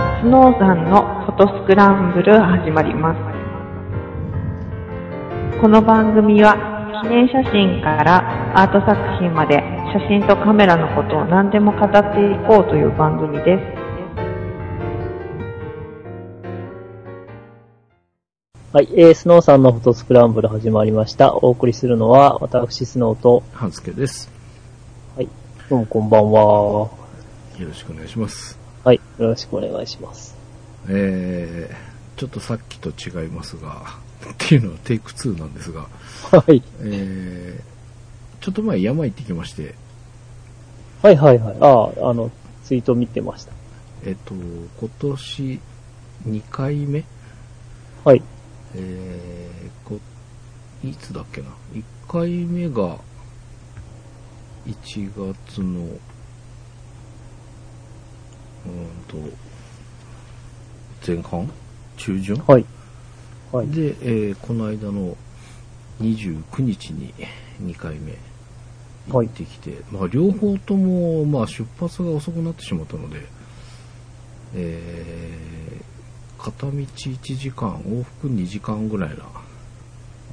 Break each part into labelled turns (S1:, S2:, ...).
S1: さんのフォトスクランブル始まりますこの番組は記念写真からアート作品まで写真とカメラのことを何でも語っていこうという番組です
S2: はい、えー、スノーさんのフォトスクランブル始まりました。お送りするのは、私、スノーと、
S3: 半助です。
S2: どうもこんばんは。
S3: よろしくお願いします。
S2: はい、よろしくお願いします。
S3: えー、ちょっとさっきと違いますが、っていうのはテイク2なんですが、
S2: はい、
S3: えー、ちょっと前山行ってきまして、
S2: はいはいはい。ああ、あの、ツイート見てました。
S3: えっ、と、今年2回目
S2: はい、
S3: えー、こ、いつだっけな ?1 回目が、1月の、うーんと、前半中旬
S2: はい。はい、
S3: で、えーこの間の29日に2回目行ってきて、まあ、両方とも、まあ、出発が遅くなってしまったので、えー片道1時間往復2時間ぐらいな、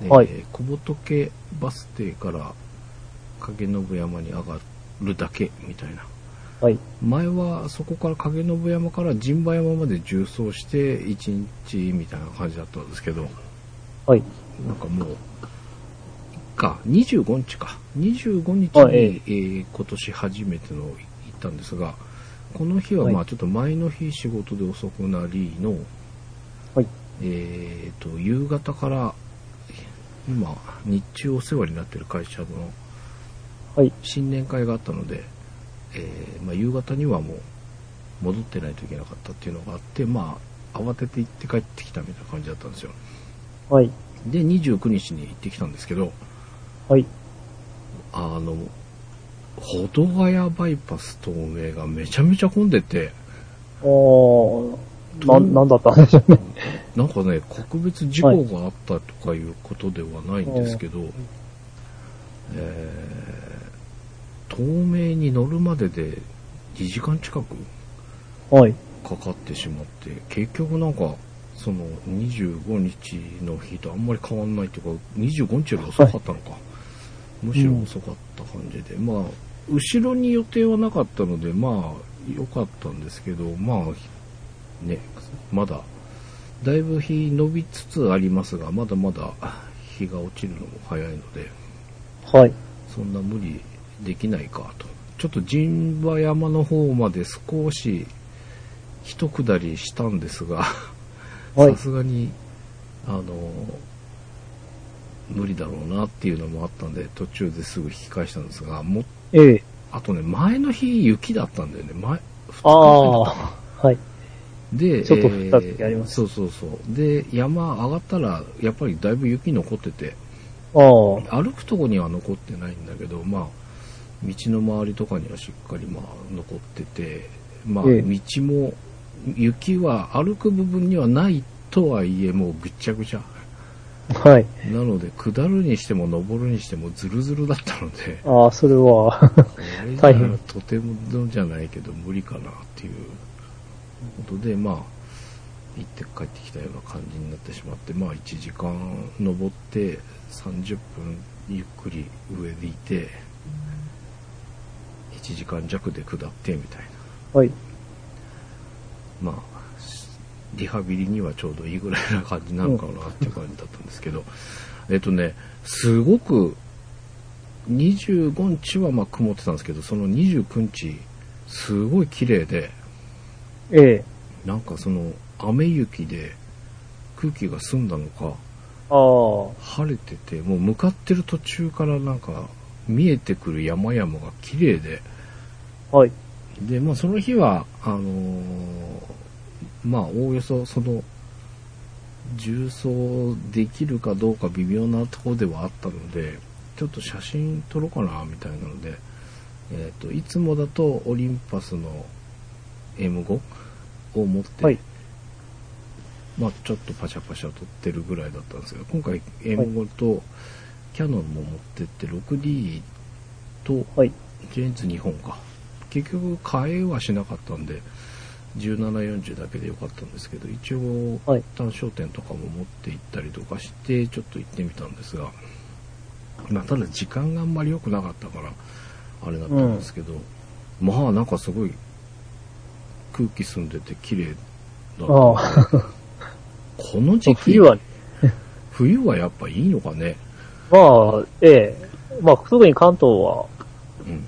S3: で
S2: はい
S3: 小仏バス停から影信山に上がるだけみたいな
S2: はい、
S3: 前はそこから影信山から陣馬山まで縦走して1日みたいな感じだったんですけど
S2: はい、
S3: なんかもう、か、25日か。25日
S2: あ
S3: に、
S2: え
S3: え
S2: え
S3: ー今年初めての行ったんですが、この日は
S2: はい
S3: まあちょっと前の日仕事で遅くなりの、
S2: はい
S3: えーと、夕方から、今、日中お世話になってる会社の
S2: はい、
S3: 新年会があったので、えーまあ、夕方にはもう戻ってないといけなかったっていうのがあって、まあ、慌てて行って帰ってきたみたいな感じだったんですよ。
S2: はい、
S3: で、29日に行ってきたんですけど、
S2: はい。
S3: あの、保土ヶ谷バイパス透明がめちゃめちゃ混んでて、
S2: あー、な、なんだったんでしょうね。
S3: なんかね、特別事故があったとかいうことではないんですけど、えー、透明に乗るまでで2時間近く
S2: はい、
S3: かかってしまって、結局なんか、その25日の日とあんまり変わんないというか、25日より遅かったのか。むしろ遅かった感じで、まあ、後ろに予定はなかったので、まあ、良かったんですけど、まあ、ね、まだ、だいぶ日伸びつつありますが、まだまだ日が落ちるのも早いので、
S2: はい、
S3: そんな無理できないかと。ちょっと陣馬山の方まで少し一下りしたんですが、
S2: はい
S3: さ、すがに、あの、無理だろうなっていうのもあったんで、途中ですぐ引き返したんですが、も、
S2: ええ、
S3: あとね、前の日雪だったんだよね、前、
S2: ああ、はい、
S3: で、
S2: ちょっと降った時あります
S3: えーそうそうそう。で、山上がったら、やっぱりだいぶ雪残ってて、
S2: ああ、
S3: 歩くとこには残ってないんだけど、まあ、道の周りとかにはしっかりまあ残ってて、まあ、
S2: ええ
S3: 道も、雪は歩く部分にはないとはいえ、もうぐっちゃぐちゃ。
S2: はい、
S3: なので、下るにしても登るにしてもズルズルだったので、
S2: ああ、それは、
S3: これじ
S2: 大変
S3: ゃとてもじゃないけど無理かなっていうことで、まあ、行って帰ってきたような感じになってしまって、まあ、1時間登って30分ゆっくり上でいて、1時間弱で下ってみたいな。
S2: はい、
S3: まあ、しリハビリにはちょうどいいぐらいな感じなのかなっていう感じだったんですけど、えっとね、すごく、25日はまあ曇ってたんですけど、その29日、すごい綺麗で、
S2: ええ、
S3: なんかその、雨雪で空気が澄んだのか、
S2: ああ、は
S3: 晴れてて、もう向かってる途中からなんか、見えてくる山々が綺麗で、
S2: い、
S3: で、まあ、その日は、あのーまあ、おおよそ、その、重装できるかどうか微妙なところではあったので、ちょっと写真撮ろうかな、みたいなので、えっ、と、いつもだとオリンパスの M5 を持って、
S2: はい
S3: まあ、ちょっとパシャパシャ撮ってるぐらいだったんですけど、今回 M5 とキャノンも持ってって 6D と
S2: はい、
S3: ジェンツ日本か。結局、買えはしなかったんで、 1740だけでよかったんですけど、一応
S2: はい、
S3: 単焦点とかも持って行ったりとかして、ちょっと行ってみたんですが、まあ、ただ時間があんまり良くなかったから、あれだったんですけど、まあ、なんかすごい、空気澄んでて綺麗だった
S2: あ
S3: この時期、
S2: 冬は、
S3: 冬はやっぱいいのかね。
S2: まあ、ええ。まあ、特に関東は、
S3: うん。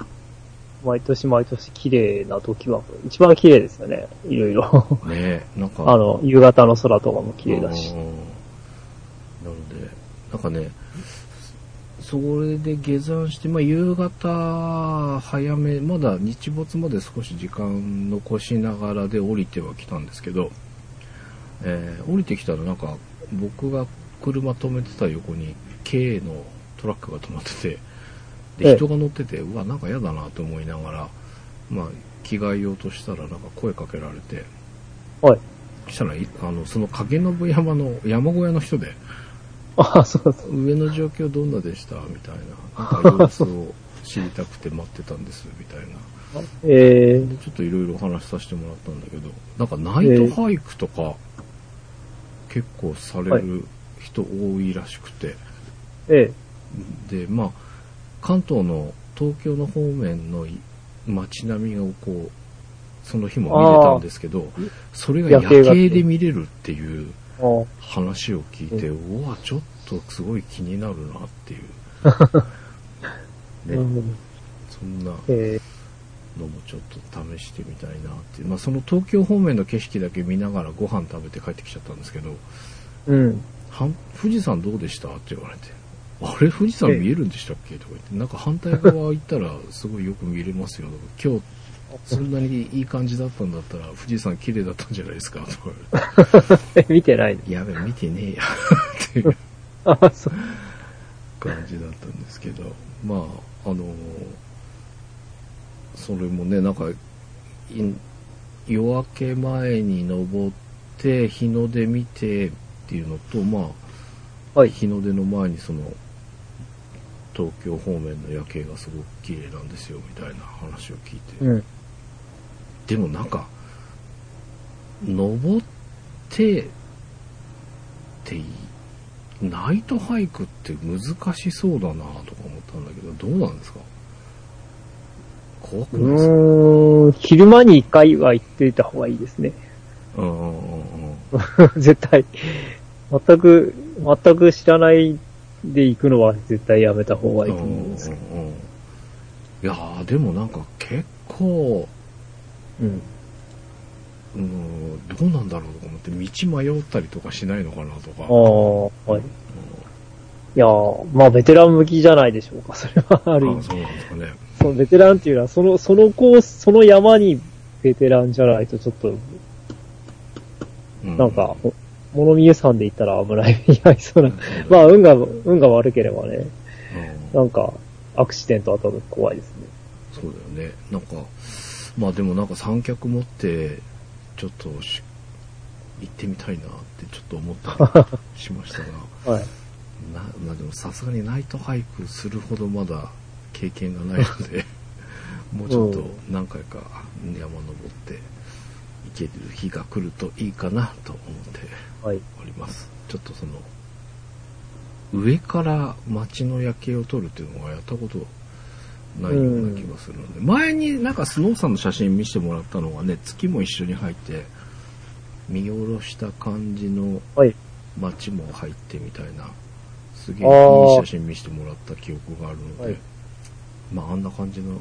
S2: 毎年毎年綺麗な時は、一番綺麗ですよね。いろいろ。
S3: ねえなんか、
S2: あの、夕方の空とかも綺麗だし
S3: う。んなので、なんかね、それで下山して、まあ、夕方早め、まだ日没まで少し時間残しながらで降りては来たんですけど、えー降りてきたらなんか僕が車止めてた横に K のトラックが止まってて、
S2: え
S3: で
S2: え
S3: 人が乗ってて、うわ、なんか嫌だなと思いながら、まあ、着替えようとしたらなんか声かけられて、
S2: はい。
S3: そしたらいあのその影信山の山小屋の人で
S2: ああ、そうそう。
S3: 上の状況どんなでしたみたいななんか様子を知りたくて待ってたんですみたいな
S2: ええ
S3: でちょっといろいろお話しさせてもらったんだけどなんかナイトハイクとか結構される人多いらしくて、
S2: ええ。
S3: でまあ関東の東京の方面のい街並みをこうその日も見れたんですけどそれが夜
S2: 夜景が
S3: 景で見れるっていう
S2: ああ
S3: 話を聞いて、うわ、ちょっとすごい気になるなっていう。 ね、
S2: うん
S3: そんな
S2: ええ
S3: のもちょっと試してみたいなっていう。まあ、その東京方面の景色だけ見ながらご飯食べて帰ってきちゃったんですけど、
S2: うん。
S3: はん富士山どうでしたって言われて、あれ富士山見えるんでしたっけとか言って、なんか反対側行ったらすごいよく見れますよ。今日そんなにいい感じだったんだったら富士山綺麗だったんじゃないですかとか言われて
S2: え、見てないの
S3: やべ、見てねえや。っていう。
S2: ああ、そう。
S3: 感じだったんですけど、まあ、あの、それもね、なんか、い夜明け前に登って、日の出見てっていうのと、まあ、
S2: はい
S3: 日の出の前にその、東京方面の夜景がすごく綺麗なんですよ、みたいな話を聞いて。
S2: うん。
S3: でもなんか、登って、ってい、ナイトハイクって難しそうだなとか思ったんだけど、どうなんですか怖くないですか
S2: うーん、昼間に一回は行っていた方がいいですね。
S3: うんうんうんう ん。
S2: 絶対。全く、全く知らないで行くのは絶対やめた方がいいと思うんですけど。
S3: うんうんうんいやー、でもなんか結構、
S2: うん。
S3: うん、どうなんだろうとか思って、道迷ったりとかしないのかなとか。
S2: ああ、はい。いやーまあベテラン向きじゃないでしょうか、それは。ある意
S3: あ
S2: 味。
S3: そうなんですかね。
S2: そのベテランっていうのは、その、そのコース、その山にベテランじゃないとちょっと、
S3: う
S2: なんか、も物見遊山で行ったら危ない目に遭いそうな。ま
S3: あ、
S2: あ運が、運が悪ければね、
S3: うん
S2: なんか、アクシデントあったら怖いですね。
S3: そうだよね。なんか、まあでもなんか三脚持って、ちょっとし行ってみたいなってちょっと思ったりしましたが、
S2: はい。
S3: なまあでもさすがにナイトハイクするほどまだ経験がないので、もうちょっと何回か山登って行ける日が来るといいかなと思って
S2: はい。
S3: おります。ちょっとその、上から街の夜景を撮るっていうのはやったことないような気がするので、前になんかスノーさんの写真見せてもらったのがね、月も一緒に入って、見下ろした感じの
S2: はい。
S3: 街も入ってみたいな、すげえい
S2: あ
S3: い
S2: ー
S3: 写真見せてもらった記憶があるので、
S2: はい
S3: まああんな感じの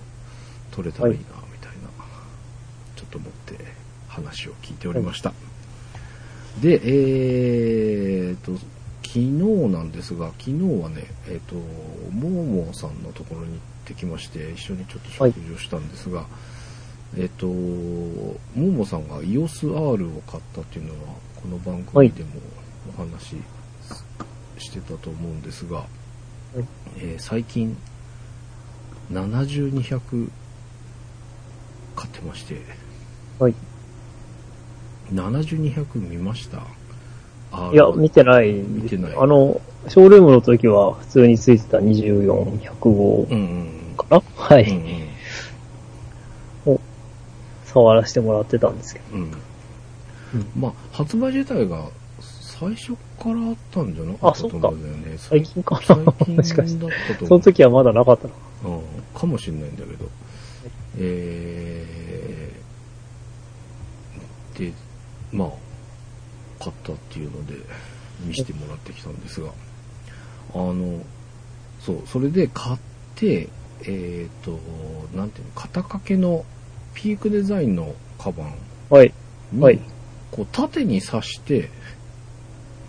S3: 撮れたらいいな、みたいな、ちょっと思って話を聞いておりました。で、えー、と、昨日なんですが、昨日はね、えー、と、もーもーさんのところに行ってきまして、一緒にちょっと食事をしたんですが、えっ、と、もーもーさんが EOSR を買ったっていうのは、この番組でもお話ししてたと思うんですが、
S2: い
S3: えー最近、7200買ってまして、
S2: はい。
S3: 7200見ましたあ
S2: いや、見てない。
S3: 見てない
S2: あの、ショールームの時は普通についてた24、
S3: う
S2: 105
S3: んうん
S2: かな、は
S3: うん
S2: い。触らせてもらってたんですけど。
S3: うんうんまあ、発売自体が最初からあったんじゃなかったと思うんだよね。
S2: 最近か
S3: 最
S2: な もしかして。
S3: 近だったと思う。
S2: その時はまだなかったのか。
S3: うん、かもしれないんだけど。えー、で、まあ、買ったっていうので、見せてもらってきたんですが、あの、そう、それで買って、えっ、と、なんていうの、肩掛けのピークデザインのカバン
S2: はい。
S3: に、
S2: はい
S3: こう縦に刺して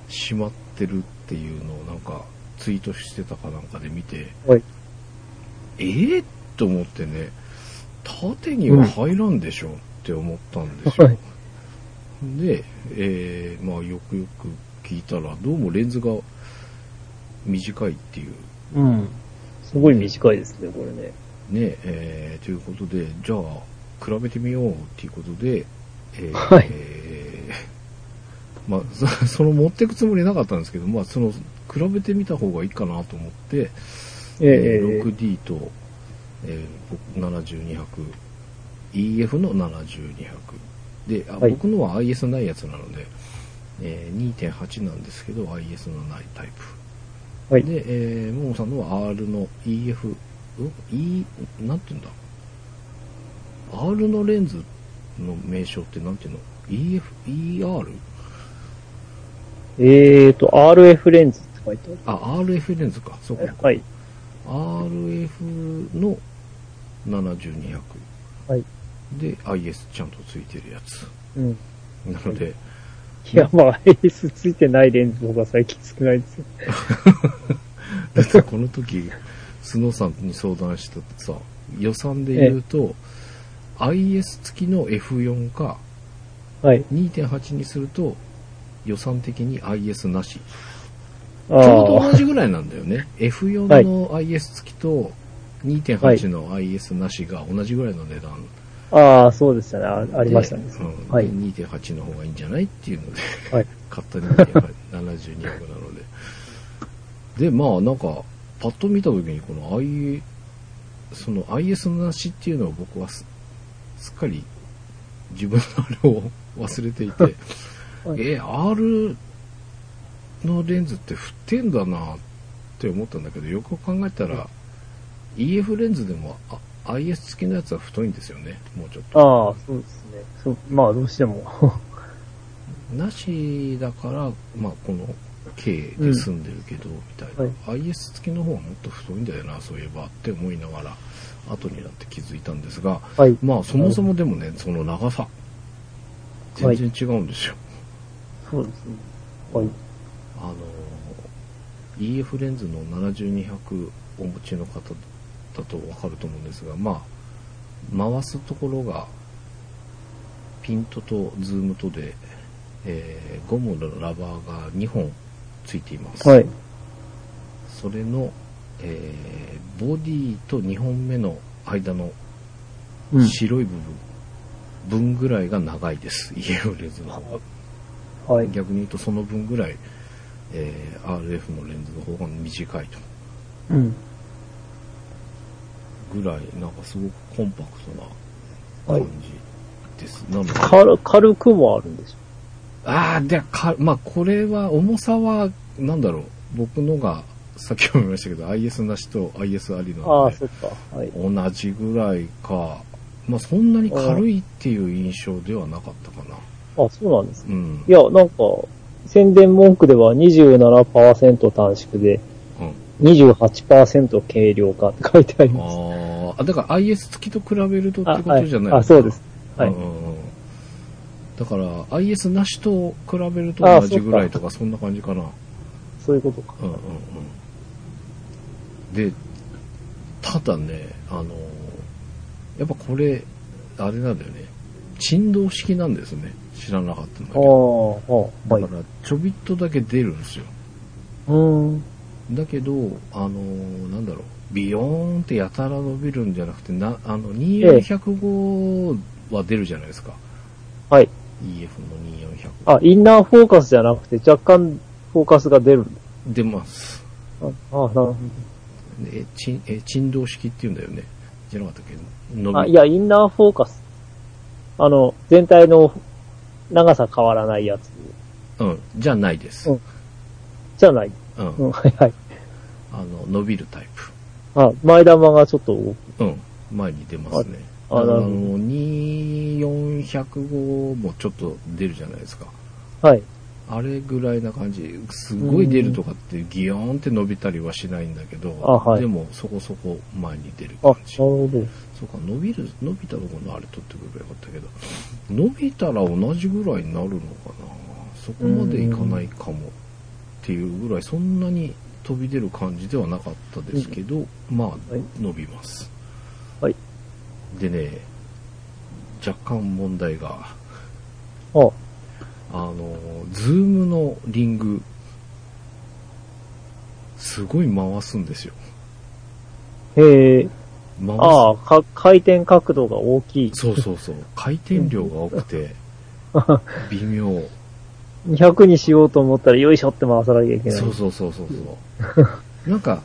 S3: しまってるっていうのをなんかツイートしてたかなんかで見て、
S2: はい
S3: ええと思ってね、縦には入らんでしょって思ったんですよ。
S2: はい
S3: で、えー、まあよくよく聞いたら、どうもレンズが短いっていう
S2: うん。すごい短いですね、これね。
S3: ねえーということで、じゃあ、比べてみようっていうことで、えー
S2: はい
S3: えーまあ、そ その持ってくつもりなかったんですけど、まあ、その、比べてみた方がいいかなと思って、
S2: ええ
S3: 6D と、えー僕7200、EF の7200。で、あ
S2: はい
S3: 僕のは IS ないやつなので、えー2.8なんですけど、IS のないタイプ。
S2: はい。
S3: で、えー、ももさんのは R の EF、ん E、なんて言うんだ ?R のレンズの名称ってなんて言うの ?EF、ER?
S2: えーと、RF レンズって書いて
S3: あ、RF レンズか。そう
S2: ある
S3: か。。
S2: はい。
S3: RF の7200。
S2: はい。
S3: で、IS ちゃんとついてるやつ。
S2: うん。
S3: なので、
S2: いや、まあ、AS ついてないレンズの方が最近少ないですよ。
S3: だってこの時、スノーさんに相談したってさ、予算で言うと、IS 付きの F4 か、
S2: はい。
S3: 2.8にすると予算的に IS なし。
S2: あ
S3: ちょう
S2: あ
S3: ど同じぐらいなんだよね。F4 の IS 付きと2.8の IS なしが同じぐらいの値段
S2: ああ、そうでしたね。あありましたね。
S3: うん
S2: はい
S3: 2.8の方がいいんじゃないっていうので、
S2: はい
S3: 買った2.8 72百なので。で、まあなんか、パッと見た時にこの I、その IS のなしっていうのを僕はすすっかり自分のあれを忘れていて、え、R のレンズって振ってんだなって思ったんだけど、よく考えたら、EF レンズでもあ IS 付きのやつは太いんですよね、もうちょっと。
S2: ああ、そうですね。そうまあ、どうしても。
S3: なしだから、まあ、この K で済んでるけど、みたいな、IS 付きの方はもっと太いんだよなそういえばって思いながら後になって気づいたんですが
S2: はい。
S3: まあそもそもでもねその長さ全然違うんですよ、
S2: そうですね。はい。
S3: あの EF レンズの7200お持ちの方だとわかると思うんですがまあ回すところがピントとズームとで、えーゴムのラバーが2本ついています、
S2: はい。
S3: それの、えーボディと2本目の間の
S2: うん。
S3: 白い部分、分ぐらいが長いです EF レンズの方が
S2: はい。
S3: 逆に言うとその分ぐらい、えー RF のレンズの方が短いと
S2: うん。
S3: ぐらいなんかすごくコンパクトな
S2: はい
S3: 感じです、なので
S2: 軽、軽くもあるんでし
S3: ああでかまあこれは重さはなんだろう僕のがさっきも言いましたけど IS なしと IS ありな
S2: ょ。あ
S3: の
S2: あ、
S3: で
S2: そっか。はい。
S3: 同じぐらいかまあそんなに軽いっていう印象ではなかったかな
S2: あそうなんですね。
S3: うん
S2: いや、なんか、宣伝文句では27%短縮で
S3: うん
S2: 28%軽量化って書いてあります。
S3: あーあだから IS 付きと比べるとって
S2: あ、
S3: ことじゃない
S2: あ、そうです。は
S3: う
S2: い
S3: ん。うんうんだから IS なしと比べると
S2: あー
S3: 同じぐらいとかそんな感じかな
S2: そういうことか。
S3: うんうんうんでただねあのやっぱこれあれなんだよね振動式なんですね知らなかったん
S2: あ
S3: だけ
S2: あ、
S3: ど
S2: はい
S3: だ。からちょびっとだけ出るんですよ
S2: うん。
S3: だけどあのなんだろうビヨーンってやたら伸びるんじゃなくてなあの2405は出るじゃないですか、
S2: はい。
S3: EF の2400
S2: あ、インナーフォーカスじゃなくて若干フォーカスが出るんだ。
S3: 出ます
S2: ああ、なるほ
S3: でえちえ振動式っていうんだよねじゃなかったっけ伸
S2: ど。あ、
S3: び
S2: いや、インナーフォーカス。あの、全体の長さ変わらないやつ
S3: うん、じゃないです。
S2: うんじゃない。
S3: うん。
S2: うん、はいはい。
S3: あの、伸びるタイ
S2: あ、前玉がちょっと大きい。
S3: プ。うん。前に出ますね。
S2: ああ
S3: あ
S2: なるほど
S3: の、2405もちょっと出るじゃないですか。
S2: はい。
S3: あれぐらいな感じ。すごい出るとかってギヨーンって伸びたりはしないんだけど、
S2: あはい
S3: でもそこそこ前に出る
S2: あ、な
S3: 感
S2: る
S3: じ。
S2: ほど。
S3: そうか、伸びる、伸びたところのあれ取ってくればよかったけど、伸びたら同じぐらいになるのかな。そこまでいかないかも。っていうぐらい、そんなに飛び出る感じではなかったですけど、まあ
S2: はい、
S3: 伸びます。
S2: はい。
S3: でね、若干問題が、
S2: あ、
S3: あの、ズームのリング、すごい回すんですよ。
S2: へえ。
S3: 回す。
S2: ああ、か、回転角度が大きい。
S3: そうそ うそう。回転量が多くて、微妙。
S2: 200にしようと思ったら、よいしょって回さなきゃいけない。
S3: そうそうそうそうそう。なんか、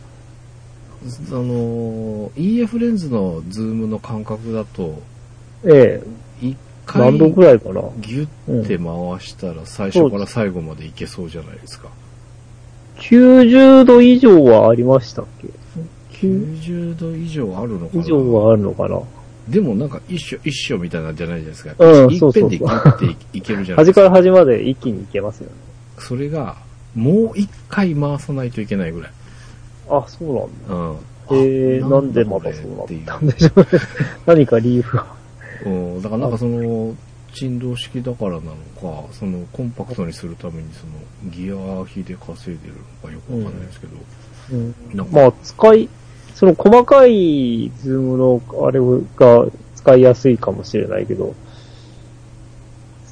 S3: その、EF レンズのズームの感覚だと、
S2: ええ。
S3: 一回
S2: 何
S3: ギ
S2: 度
S3: ュ
S2: くらいかな。
S3: ッて回したら最初から最後までいけそうじゃないですか。
S2: 90度以上はありましたっけ90
S3: 90度以上あるのか
S2: 以
S3: な
S2: 上はあるのかな
S3: でもなんか一緒一緒みたいなんじゃないじゃないですか。
S2: うん
S3: 一
S2: そう
S3: 遍
S2: そうそう
S3: でギュッていけるじゃないで
S2: 端
S3: すか。
S2: から端まで一気にいけますよね。
S3: それが、もう一回回さないといけないぐらい。
S2: あ、そうなんだ。
S3: うん。
S2: ええ
S3: あ
S2: なんでま
S3: これ
S2: たそうな
S3: っていう
S2: ったんでしょ うね。何か理由が。
S3: うん、だからなんかその、振動式だからなのか、そのコンパクトにするためにそのギア比で稼いでるのかよくわかんないですけど、
S2: うん
S3: なんか、
S2: まあ、使い、その細かいズームの、あれが使いやすいかもしれないけど、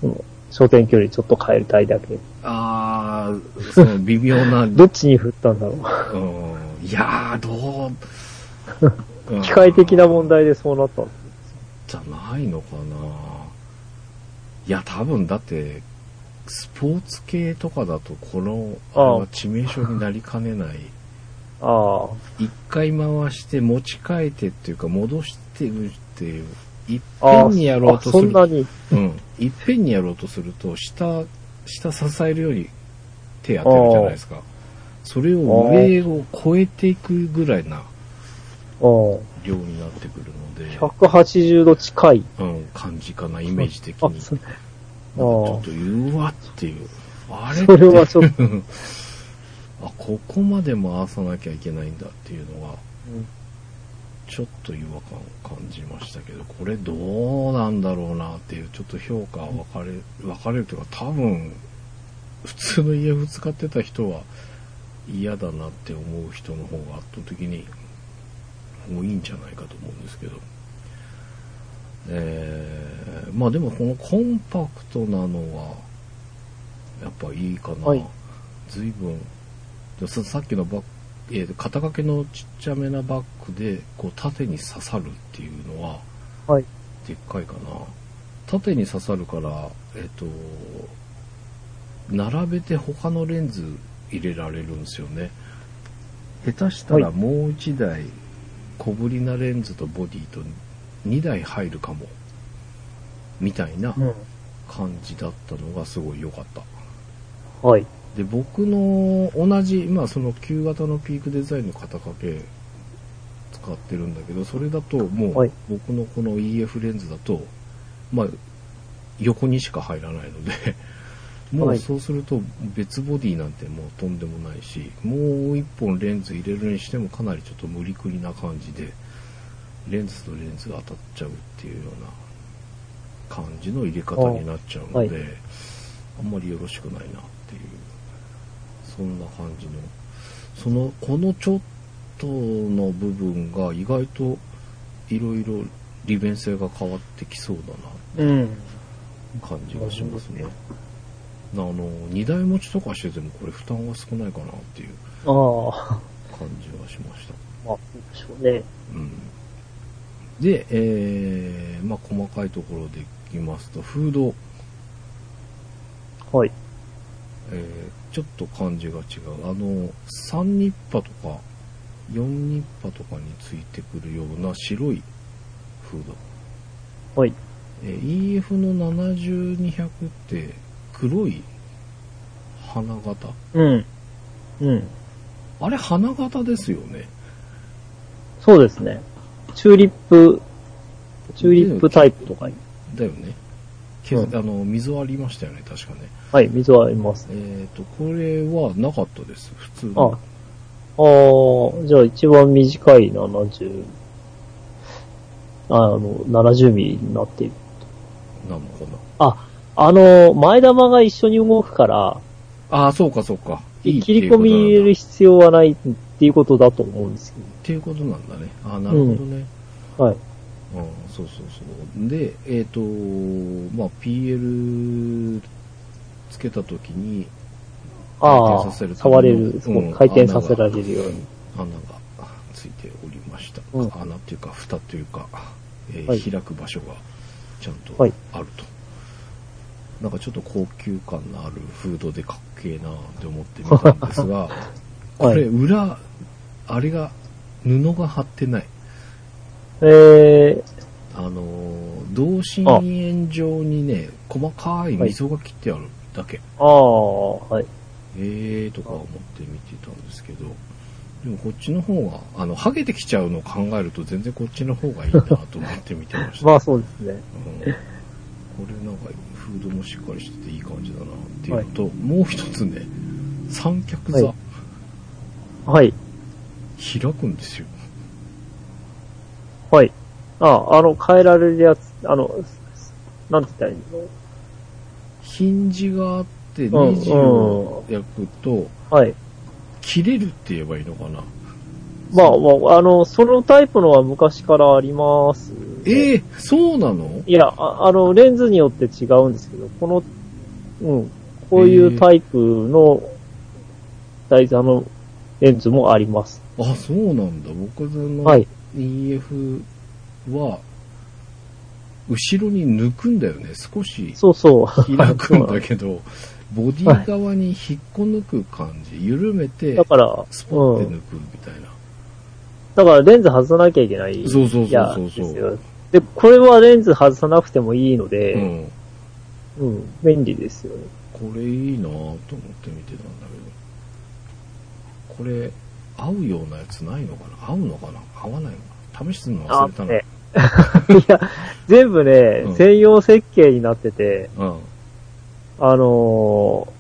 S2: その、焦点距離ちょっと変えたいだけ。
S3: あー、その微妙な、う ん、
S2: どっちに振ったんだろう。
S3: いやー、どう、う ん
S2: 機械的な問題でそうなったんだ
S3: じゃないのかないや、多分だって、スポーツ系とかだと、この、あれは致命傷になりかねない。
S2: あ
S3: 一回回して持ち替えてっていうか戻してるっていう、いっ
S2: あ。あ
S3: ぺ
S2: あ
S3: んにやろうとす
S2: そ
S3: る
S2: んなに。
S3: うん。いっぺんにやろうとすると、下、下支えるより手当てるじゃないですか。それを上を超えていくぐらいな
S2: うん。
S3: 量になってくるので、
S2: 180度近い。
S3: うん、感じかな、イメージ的
S2: あ
S3: に。、
S2: そ
S3: ちょっとうわっていう。あれ
S2: それはち ょっと。
S3: あ、ここまで回さなきゃいけないんだっていうのは、
S2: うん
S3: ちょっと違和感を感じましたけど、これどうなんだろうなっていう、ちょっと評価は分かれ、分かれるというか、多分、普通の EF 使ってた人は嫌だなって思う人の方が圧倒的に多いんじゃないかと思うんですけど。えー、まあでもこのコンパクトなのは、やっぱいいかな。
S2: はい
S3: 随分、でささっきのバッグ、えーと肩掛けのちっちゃめなバッグで、こう縦に刺さるっていうのは、
S2: はい。
S3: でっかいかな。縦に刺さるから、えっ、と、並べて他のレンズ入れられるんですよね。下手したら
S2: は
S3: もう1台、小ぶりなレンズとボディと2台入るかも、みたいな感じだったのがすごい良かった。
S2: はい。
S3: で、僕の同じ、まあその旧型のピークデザインの肩掛け使ってるんだけど、それだとも
S2: は
S3: う
S2: い
S3: 僕のこの EF レンズだと、まあ横にしか入らないので、 も
S2: は
S3: う
S2: い
S3: そうすると別ボディなんてもうとんでもないし、もう一本レンズ入れるにしてもかなりちょっと無理くりな感じで、レンズとレンズが当たっちゃうっていうような感じの入れ方になっちゃうので、
S2: は
S3: あんまりよろしくないなっていう、そんな感じの、その、このちょっとの部分が意外といろいろ利便性が変わってきそう
S2: う
S3: だ
S2: ん。
S3: な感じがしますね。あの、2台持ちとかしててもこれ負担が少ないかなっていう
S2: ああ。
S3: 感じがしました。
S2: まあ、そうでしょうね。
S3: うんで、えー、まあ細かいところでいきますと、フード、
S2: はい。
S3: えーちょっと感じが違う。あの、3ニッパとか、4ニッパとかについてくるような白いフード。
S2: はい。
S3: ええー EF の7200って黒い花形
S2: うん。うん。
S3: あれ花形ですよね。
S2: そうですね。チューリップ、チューリップタイプとかに。
S3: だよね。削
S2: うん
S3: あの、溝ありましたよね、確かね。
S2: はい、水はありますね。
S3: えっ、と、これはなかったです、普通
S2: あ
S3: の。
S2: あー、じゃあ一番短い70、あの、70ミリになっている。
S3: なのかな。
S2: あ、あの、前玉が一緒に動くから、
S3: ああ、そうか、そうか。いいって
S2: 切
S3: い
S2: り
S3: うこ
S2: 込
S3: と
S2: み入れ
S3: なんだ
S2: る必要はないっていうことだと思うんですけ
S3: っていうことなんだね。ああ、なるほどね。
S2: ど。はい。
S3: うん、そうそうそう。で、えっ、と、まあ、PL つけたときに、回
S2: あ
S3: 転
S2: あ
S3: させる、ため
S2: 触
S3: の
S2: れる、そう
S3: うん
S2: 回転させられるように。
S3: 穴がついておりました。
S2: うん
S3: 穴というか、蓋というか、えー
S2: はい
S3: 開く場所がちゃんとあ
S2: は
S3: る
S2: い
S3: と。なんかちょっと高級感のあるフードでかっけえなって思ってみたんで すが、これ裏、あれが、布が張ってない。
S2: えー、
S3: あのー、同心円状にね、細かい溝が切ってあるだけ。
S2: ああ、はい。
S3: えーとか思って見てたんですけど、でもこっちの方が、あの、ハゲてきちゃうのを考えると全然こっちの方がいいなと思って見てまし た。
S2: まあそうですね。
S3: うんこれなんかフードもしっかりしてていい感じだなっていうのと、もう一つね、三脚座、
S2: はいはい。
S3: 開くんですよ。
S2: はい。ああ、あの、変えられるやつ、あの、なんて言ったらいいの
S3: ヒンジがあって、
S2: うん
S3: ネジを焼くと、
S2: はい。
S3: 切れるって言えばいいのかな。
S2: まあまあ、あの、そのタイプのは昔からあります。
S3: えー、そうなの
S2: いやあ、あの、レンズによって違うんですけど、この、うん、こういうタイプの、台座のレンズもあります。
S3: あ、そうなんだ。僕の、
S2: はい。
S3: EF は、後ろに抜くんだよね。少し
S2: そうそう。
S3: 開くんだけど、ボディ側に引っこ抜く感じ。緩めて
S2: だ、から、
S3: スポ
S2: う
S3: ッて
S2: ん。
S3: 抜くみたいな。
S2: だからレンズ外さなきゃいけない。
S3: そうそう
S2: いや、
S3: そうそう
S2: です
S3: そう。
S2: よ。で、これはレンズ外さなくてもいいの
S3: う
S2: で、
S3: ん。
S2: うん、便利ですよね。
S3: これいいなぁと思って見てたんだけど。これ、合うようなやつないのかな合うのかな合わないのかな試すの忘れたな。
S2: ね いや、全部ね、
S3: うん
S2: 専用設計になってて、
S3: うん。
S2: あのー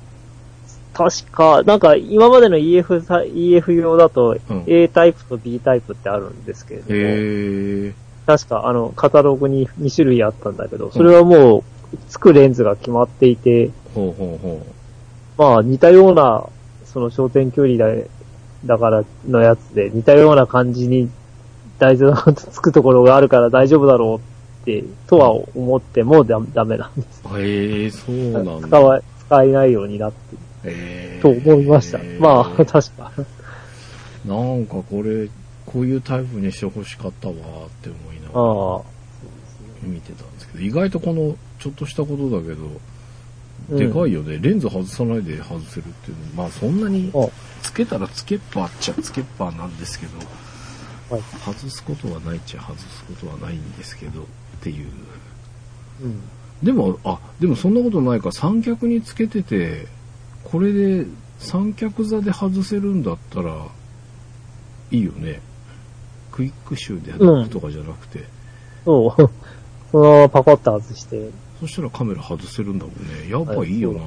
S2: 確か、なんか今までの EF, さ EF 用だと
S3: うん
S2: A タイプと B タイプってあるんですけれども、
S3: へえ。
S2: 確かあのカタログに2種類あったんだけど、それはもうつくレンズが決まっていて、
S3: ほうほうほ
S2: まあ似たようなその焦点距離だだからのやつで似たような感じに台座がつくところがあるから大丈夫だろうって、とは思ってもダダメなんです。
S3: う。へえ、そうなんだ。
S2: 使わ使えないようになって
S3: えー
S2: と思いました。まあ、確か。
S3: なんかこれ、こういうタイプにしてほしかったわーって思いながら
S2: ああ。
S3: 見てたんですけど、意外とこの、ちょっとしたことだけど、
S2: うん
S3: でかいよね。レンズ外さないで外せるっていうのまあそんなに
S2: あ、
S3: つけたらつけっぱっちゃつけっぱなんですけど、
S2: はい
S3: 外すことはないっちゃ外すことはないんですけど、っていう。
S2: うん。
S3: でも、あ、でもそんなことないか、三脚につけてて、これで三脚座で外せるんだったら、いいよね。クイックシューで抜くとかじゃなくて、
S2: そう。そのままパコッと外して。
S3: そしたらカメラ外せるんだもんね。やっぱいいよな、う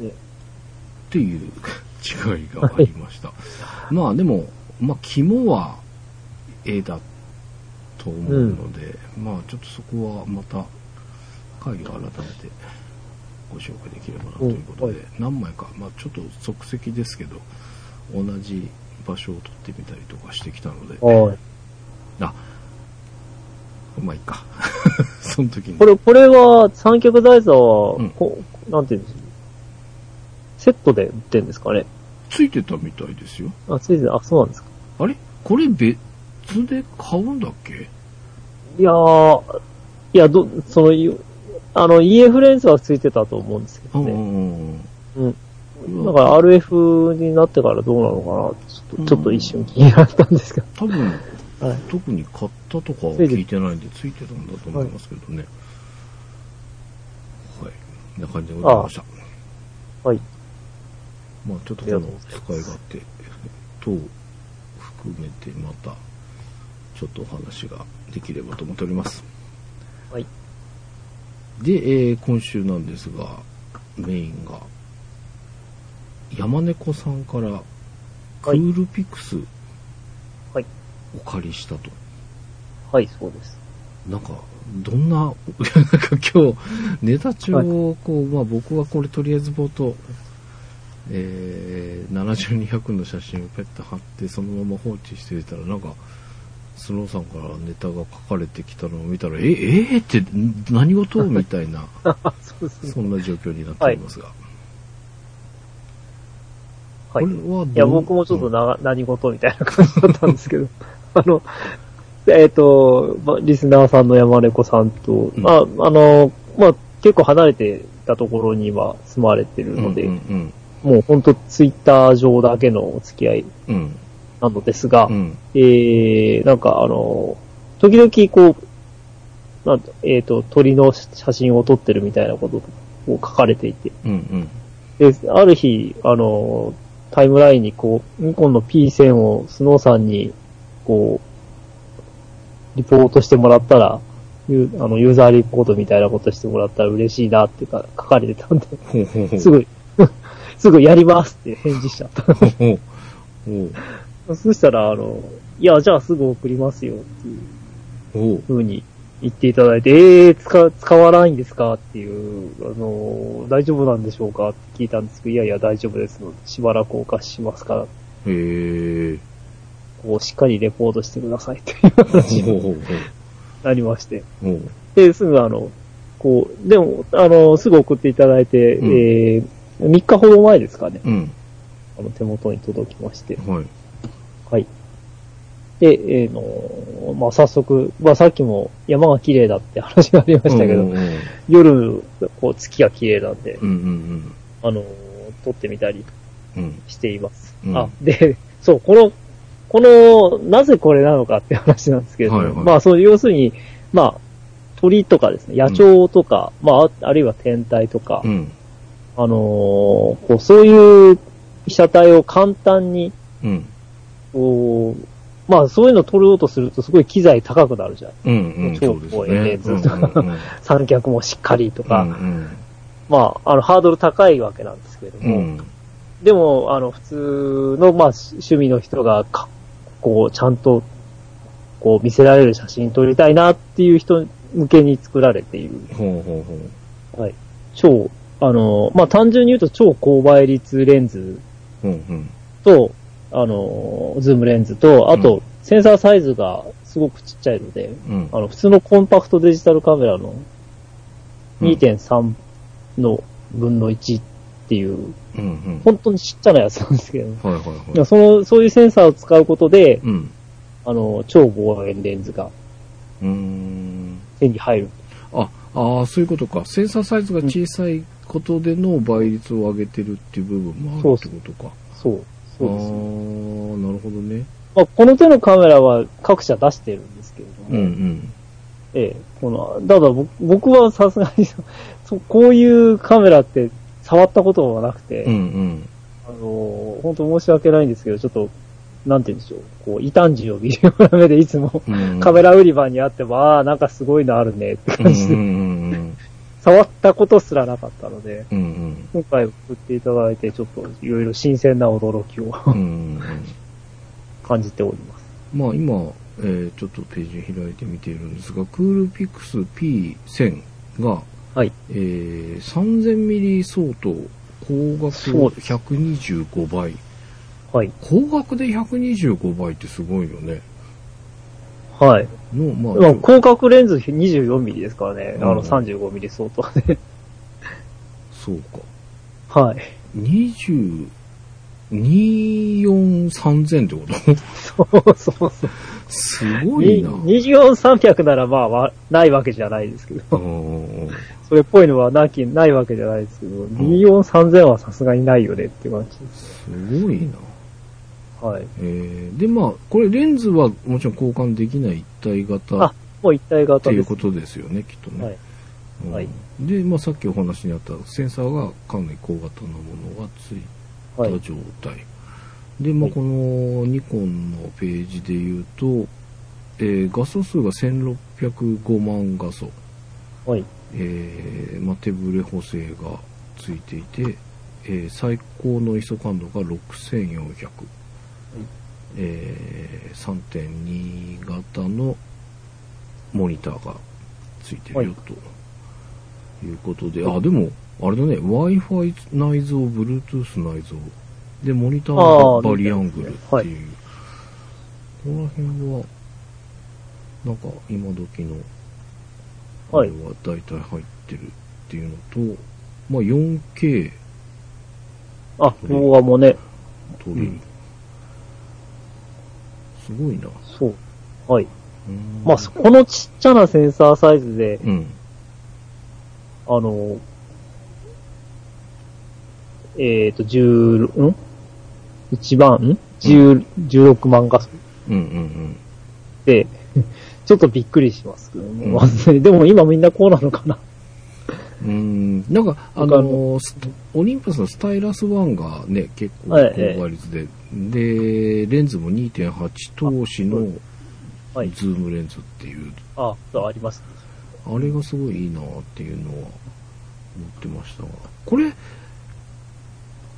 S3: ーん。っていう違いがありました。まあでも、まあ肝は絵だと思うので、まあちょっとそこはまた会議を改めてご紹介できればなということで、
S2: うんは
S3: 何枚か、まあちょっと即席ですけど、同じ場所を取ってみたりとかしてきたので、
S2: はい。
S3: あ、まあい いか。その時に
S2: こ。れ、これは三脚台座は、
S3: うん
S2: こなんていうんですかセットで売ってんですかね
S3: ついてたみたいですよ。
S2: あ、ついて、あ、そうなんですか。
S3: あれこれ別で買うんだっけ
S2: いやー、いや、ど、その、いあの、EF レンズはついてたと思うんですけ
S3: う
S2: ど
S3: んう
S2: ね。
S3: んうん。うん
S2: だから RF になってからどうなのかなちょっと、ちょっと一瞬気になったんですけど。
S3: 多分、
S2: はい。
S3: 特に買ったとかは聞いてないんで、ついてたんだと思いますけどね。はい。こんな感じでございました。
S2: はい。
S3: まあちょっとこの使い勝手等を含めてまたちょっとお話ができればと思っております。
S2: はい。
S3: で、えー今週なんですが、メインが、山猫さんから、クールピクス
S2: はい。
S3: お借りしたと。
S2: はい、そう です。
S3: なんか、どんな、 なんか今日、ネタ帳をこう、まあ僕はこれとりあえず冒頭、えー、7200の写真をペッと貼って、そのまま放置してたら、なんか、スノーさんからネタが書かれてきたのを見たら、え、えー、ってん何事みた いな、
S2: あ、そうですね。
S3: そんな状況になっておりますが。
S2: はい。
S3: これはどう
S2: いや、僕もちょっとな、何事みたいな感じだったんですけど、 あの、えっ、と、まあ、リスナーさんの山猫さんと、
S3: うん
S2: まあ、あの、まあ、結構離れてたところには住まれてるので、
S3: うんうん
S2: もう本当ツイッター上だけのお付き合い
S3: うん。うん。
S2: なのですが、
S3: うん。
S2: えー、なんかあの、時々こう、なんえっ、と、鳥の写真を撮ってるみたいなことを書かれていて、
S3: うんうん。
S2: で、ある日、あの、タイムラインにこう、ニコンの P1000 をスノーさんに、こう、リポートしてもらったら、ユーあのユーザーリポートみたいなことしてもらったら嬉しいなってか書かれてたんで、
S3: ほうほうほう。
S2: すぐ、 すぐやりますって返事しちゃった。
S3: ほうほう。ほう
S2: そしたら、あの、いや、じゃあすぐ送りますよっていう
S3: ほう。
S2: 風に言っていただいて、えー、使、使わないんですかっていう、あの、大丈夫なんでしょうかって聞いたんですけど、いやいや大丈夫ですので、しばらくお貸ししますから
S3: へー。
S2: こう、しっかりレポートしてくださいという
S3: ほう
S2: 話
S3: ほう
S2: に
S3: ほう
S2: なりまして。
S3: ほう。
S2: で、 すぐあの、こう、でも、あの、すぐ送っていただいて、
S3: うん
S2: えー、3日ほど前ですかね、
S3: うん。
S2: あの、手元に届きまして。
S3: はい。
S2: はい。で、えーの、まあ、早速、まあ、さっきも山が綺麗だって話がありましたけど、
S3: うんうんうん
S2: 夜、こう、月が綺麗なんで、
S3: うんうん
S2: あの、撮ってみたり
S3: うん。うん。
S2: しています。
S3: うん
S2: あ、で、 そう、この、この、なぜこれなのかって話なんですけれども、
S3: はいはい
S2: まあ、そう、要するに、まあ、鳥とかですね、野鳥とか、まあ、ああるいは天体とか、
S3: うん。
S2: あのーこう、そういう被写体を簡単に、
S3: うん。
S2: こう、まあ、そういうのを撮ろうとすると、すごい機材高くなるじゃん。
S3: うんうん。そうですね。
S2: 超高
S3: うんうんうん
S2: 三脚もしっかりとか、
S3: うん
S2: まあ、あの、ハードル高いわけなんですけれど
S3: う
S2: も、
S3: ん。
S2: でも、あの、普通の、まあ、し趣味の人がか、こう、ちゃんと、こう、見せられる写真撮りたいなっていう人向けに作られている。
S3: ほうほうほ
S2: はい。超、あの、まあ、単純に言うと超高倍率レンズ
S3: う。うんうん。
S2: と、あの、ズームレンズと、あ
S3: うん
S2: と、センサーサイズがすごくちっちゃいので、
S3: うん。
S2: あの、普通のコンパクトデジタルカメラの2.3の分の1っていう、
S3: うんうん。
S2: 本当にちっちゃなやつなんですけど、
S3: はいはい
S2: い
S3: は
S2: や
S3: い。
S2: その、そういうセンサーを使うことで、
S3: うん。
S2: あの、超望遠レンズが
S3: うーん。
S2: 手に入る。
S3: あ、ああ、そういうことか。センサーサイズが小さいことでの倍率を上げてるっていう部分もあるってことか。
S2: そう。そうです
S3: ああ、
S2: よ。
S3: なるほどね。
S2: まあ、この手のカメラは各社出してるんですけれども、
S3: うんうん。
S2: ええ、この、ただ僕僕はさすがに そう、こういうカメラって触ったことがなくて、
S3: うんうん。
S2: あの、本当申し訳ないんですけど、ちょっと、なんて言うんでしょう、こう、異端児を見るような目でいつも、
S3: うん
S2: カメラ売り場にあっても、ああ、なんかすごいのあるねって
S3: うんう
S2: 感じで、
S3: んうん
S2: 触ったことすらなかったので、
S3: うん。うん
S2: 今回送っていただいて、ちょっといろいろ新鮮な驚きを
S3: うんうんうん。
S2: 感じております。
S3: まあ今、えーちょっとページ開いて見ているんですが、クールピクス P1000 が、
S2: はい。
S3: えー、3000ミリ相当、光学
S2: そうです
S3: 125倍。
S2: はい。
S3: 光学で125倍ってすごいよね。
S2: はい。
S3: の、まあ、
S2: まあ、広角レンズ24ミリですからね。
S3: うん
S2: あの、35ミリ相当 で。
S3: そうか。
S2: はい。
S3: 20、243,000ってこと
S2: そうそうそう。
S3: すごいな。
S2: 24300ならまあ、わないわけじゃないですけど。
S3: うん
S2: それっぽいのはなき、ないわけじゃないですけど、243,000はさすがにないよねっていう感じです。
S3: すごいな。
S2: はい。
S3: えーで、まあ、これレンズはもちろん交換できない一体型
S2: あ、もう一体
S3: って
S2: 型
S3: い
S2: で
S3: う
S2: す。
S3: ことですよね、きっとね。
S2: はい。
S3: うん
S2: はい
S3: で、まあ、さっきお話にあったセンサーがかなり高型のものがつい
S2: はい。
S3: た状態。で、ま
S2: は
S3: あ、
S2: い
S3: このニコンのページで言うと、えー画素数が1605万画素、
S2: はい。
S3: えーまあ、手ブレ補正がついていて、えー最高の ISO 感度が6400、えー3.2型のモニターがついてるよ、
S2: はい
S3: ということで、あ、でも、あれだね、Wi-Fi 内蔵、Bluetooth 内蔵、で、モニター
S2: あ
S3: は
S2: ー
S3: バリアングルっていう、
S2: はい
S3: この辺は、なんか今時の、あ
S2: はい
S3: れは大体入ってるっていうのと、まあ 4K
S2: あ、動画もね、
S3: 撮れる。
S2: うん
S3: すごいな。
S2: そう。はい。
S3: うん
S2: まあ、このちっちゃなセンサーサイズで、
S3: うん。
S2: あの、えっ、と、十、ん一番、ん十、16万画素
S3: うんうん
S2: で、 ちょっとびっくりしますけどね。
S3: うん
S2: まず ねでも今みんなこうなのかな。
S3: うん。うん。なんか、あ
S2: 他
S3: の、スオリンパスのスタイラス1がね、結構
S2: はい
S3: 高倍率で、で、レンズも2.8投資の
S2: はい。
S3: ズームレンズっていう、
S2: あ、そう、あります。
S3: あれがすごいいいなっていうのは思ってましたが。これ、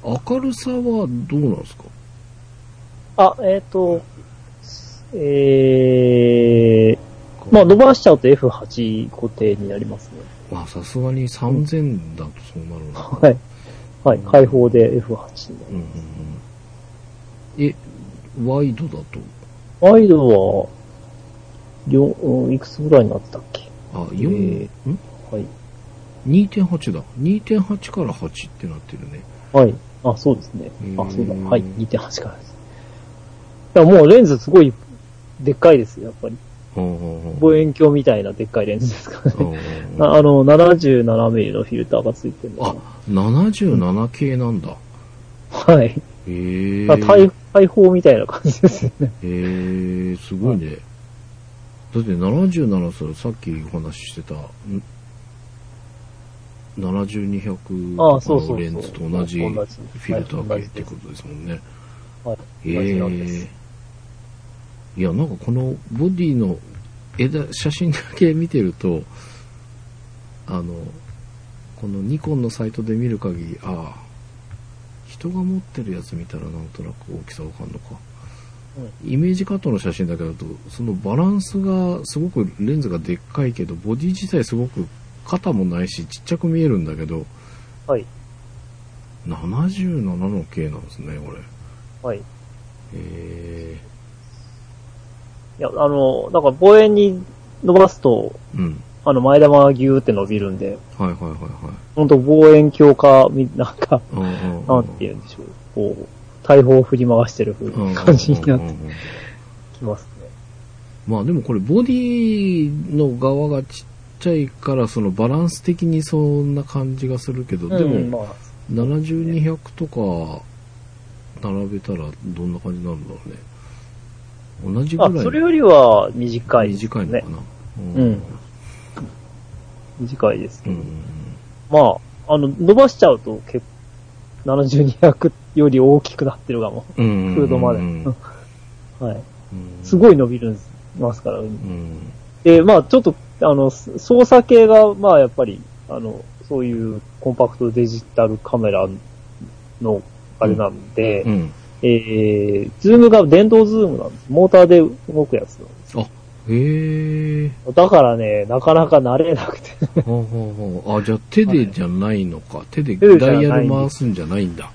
S3: 明るさはどうなんですか
S2: あ、えっ、と、えー、まあ、伸ばしちゃうと F8 固定になりますね。
S3: まあ、さすがに3000だとそうなるな。
S2: はい。はい。開放で F8 にな
S3: う
S2: る。
S3: んうんうん。え、ワイドだと、
S2: ワイドは、よ、うんいくつぐらいになってたっけ
S3: あ、
S2: え
S3: 4、ん
S2: はい。
S3: ?2.8 だ。2.8から8ってなってるね。
S2: はい。あ、そうですね
S3: う。ん
S2: あ、そうだ。はい。2.8からです。いや、もうレンズすごい、でっかいですよ、やっぱり。望
S3: 望
S2: 遠鏡みたいなでっかいレンズですからね。
S3: あ
S2: ああの、77ミリのフィルターがついてるのかな
S3: あ、77系なんだ。
S2: はい。
S3: へえ。
S2: あ大大砲みたいな感じですよね。
S3: えー、すごいね。だって77歳、さっきお話ししてた、ん7200
S2: ああそうそうそ
S3: の
S2: う
S3: レンズと同じフ
S2: 同じ
S3: ィルター系ってことですもんね。
S2: はい。同じ
S3: ええ
S2: なんです。
S3: いや、なんかこのボディの枝、写真だけ見てると、あの、このニコンのサイトで見る限り、ああ、人が持ってるやつ見たらなんとなく大きさわかんのか。イメージカットの写真だけだと、そのバランスがすごくレンズがでっかいけど、ボディ自体すごく肩もないし、ちっちゃく見えるんだけど、
S2: はい。
S3: 77の径なんですね、これ。
S2: はい。
S3: え
S2: いや、あの、だから望遠に伸ばすと、
S3: ー、うん。
S2: あの、前玉がギューって伸びるんで、
S3: はいはいはい
S2: ほんと望遠鏡か、みなんか、
S3: はい。うんうんうん
S2: なんて言うんでしょう。こう、大砲を振り回してる風
S3: うんうんうんう
S2: なん感じになってきますね。
S3: まあでもこれボディの側がちっちゃいからそのバランス的にそんな感じがするけど、で
S2: うん
S3: も
S2: まあ、
S3: 70200とか並べたらどんな感じになるんだろうね。同じぐらい
S2: あ、それよりは短いですね。
S3: 短いのかな。
S2: うん短いです
S3: う
S2: け
S3: ん
S2: ど。
S3: うん
S2: まあ、あの、伸ばしちゃうと結構、7200より大きくなってるかも。
S3: うんうんうん
S2: フードまで
S3: うん
S2: はい。すごい伸びるんますから。
S3: うん
S2: で、まあ、ちょっと、あの、操作系が、まあ、やっぱり、あの、そういうコンパクトデジタルカメラの、あれなんで、
S3: うん。
S2: えー、ズームが電動ズームなんです。モーターで動くやつなんです。
S3: へえ。
S2: だからね、なかなか慣れなくて。
S3: ほうほうほう。あ、じゃあ手でじゃないのか。手で
S2: 手でじゃ
S3: ダ
S2: ない
S3: イヤル回すんじゃないんだ。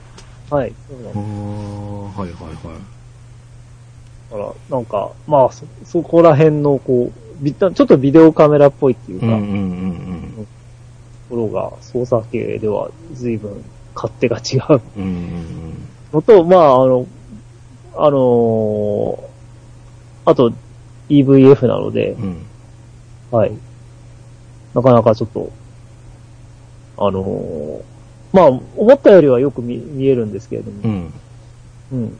S2: はい。そうなん
S3: ああ、
S2: で
S3: はいはいはい。
S2: すから、なんか、まあ、そ、そこら辺の、こう、ビちょっとビデオカメラっぽいっていう
S3: う
S2: か、
S3: んうんうん
S2: ところが、操作系では随分勝手が違う
S3: うん。うんうん
S2: のと、まあ、あの、あのーあと EVF なので
S3: う、ん。
S2: はい。なかなかちょっと、あのーまあ、思ったよりはよく見見えるんですけれど
S3: う
S2: も、
S3: ん。
S2: うん。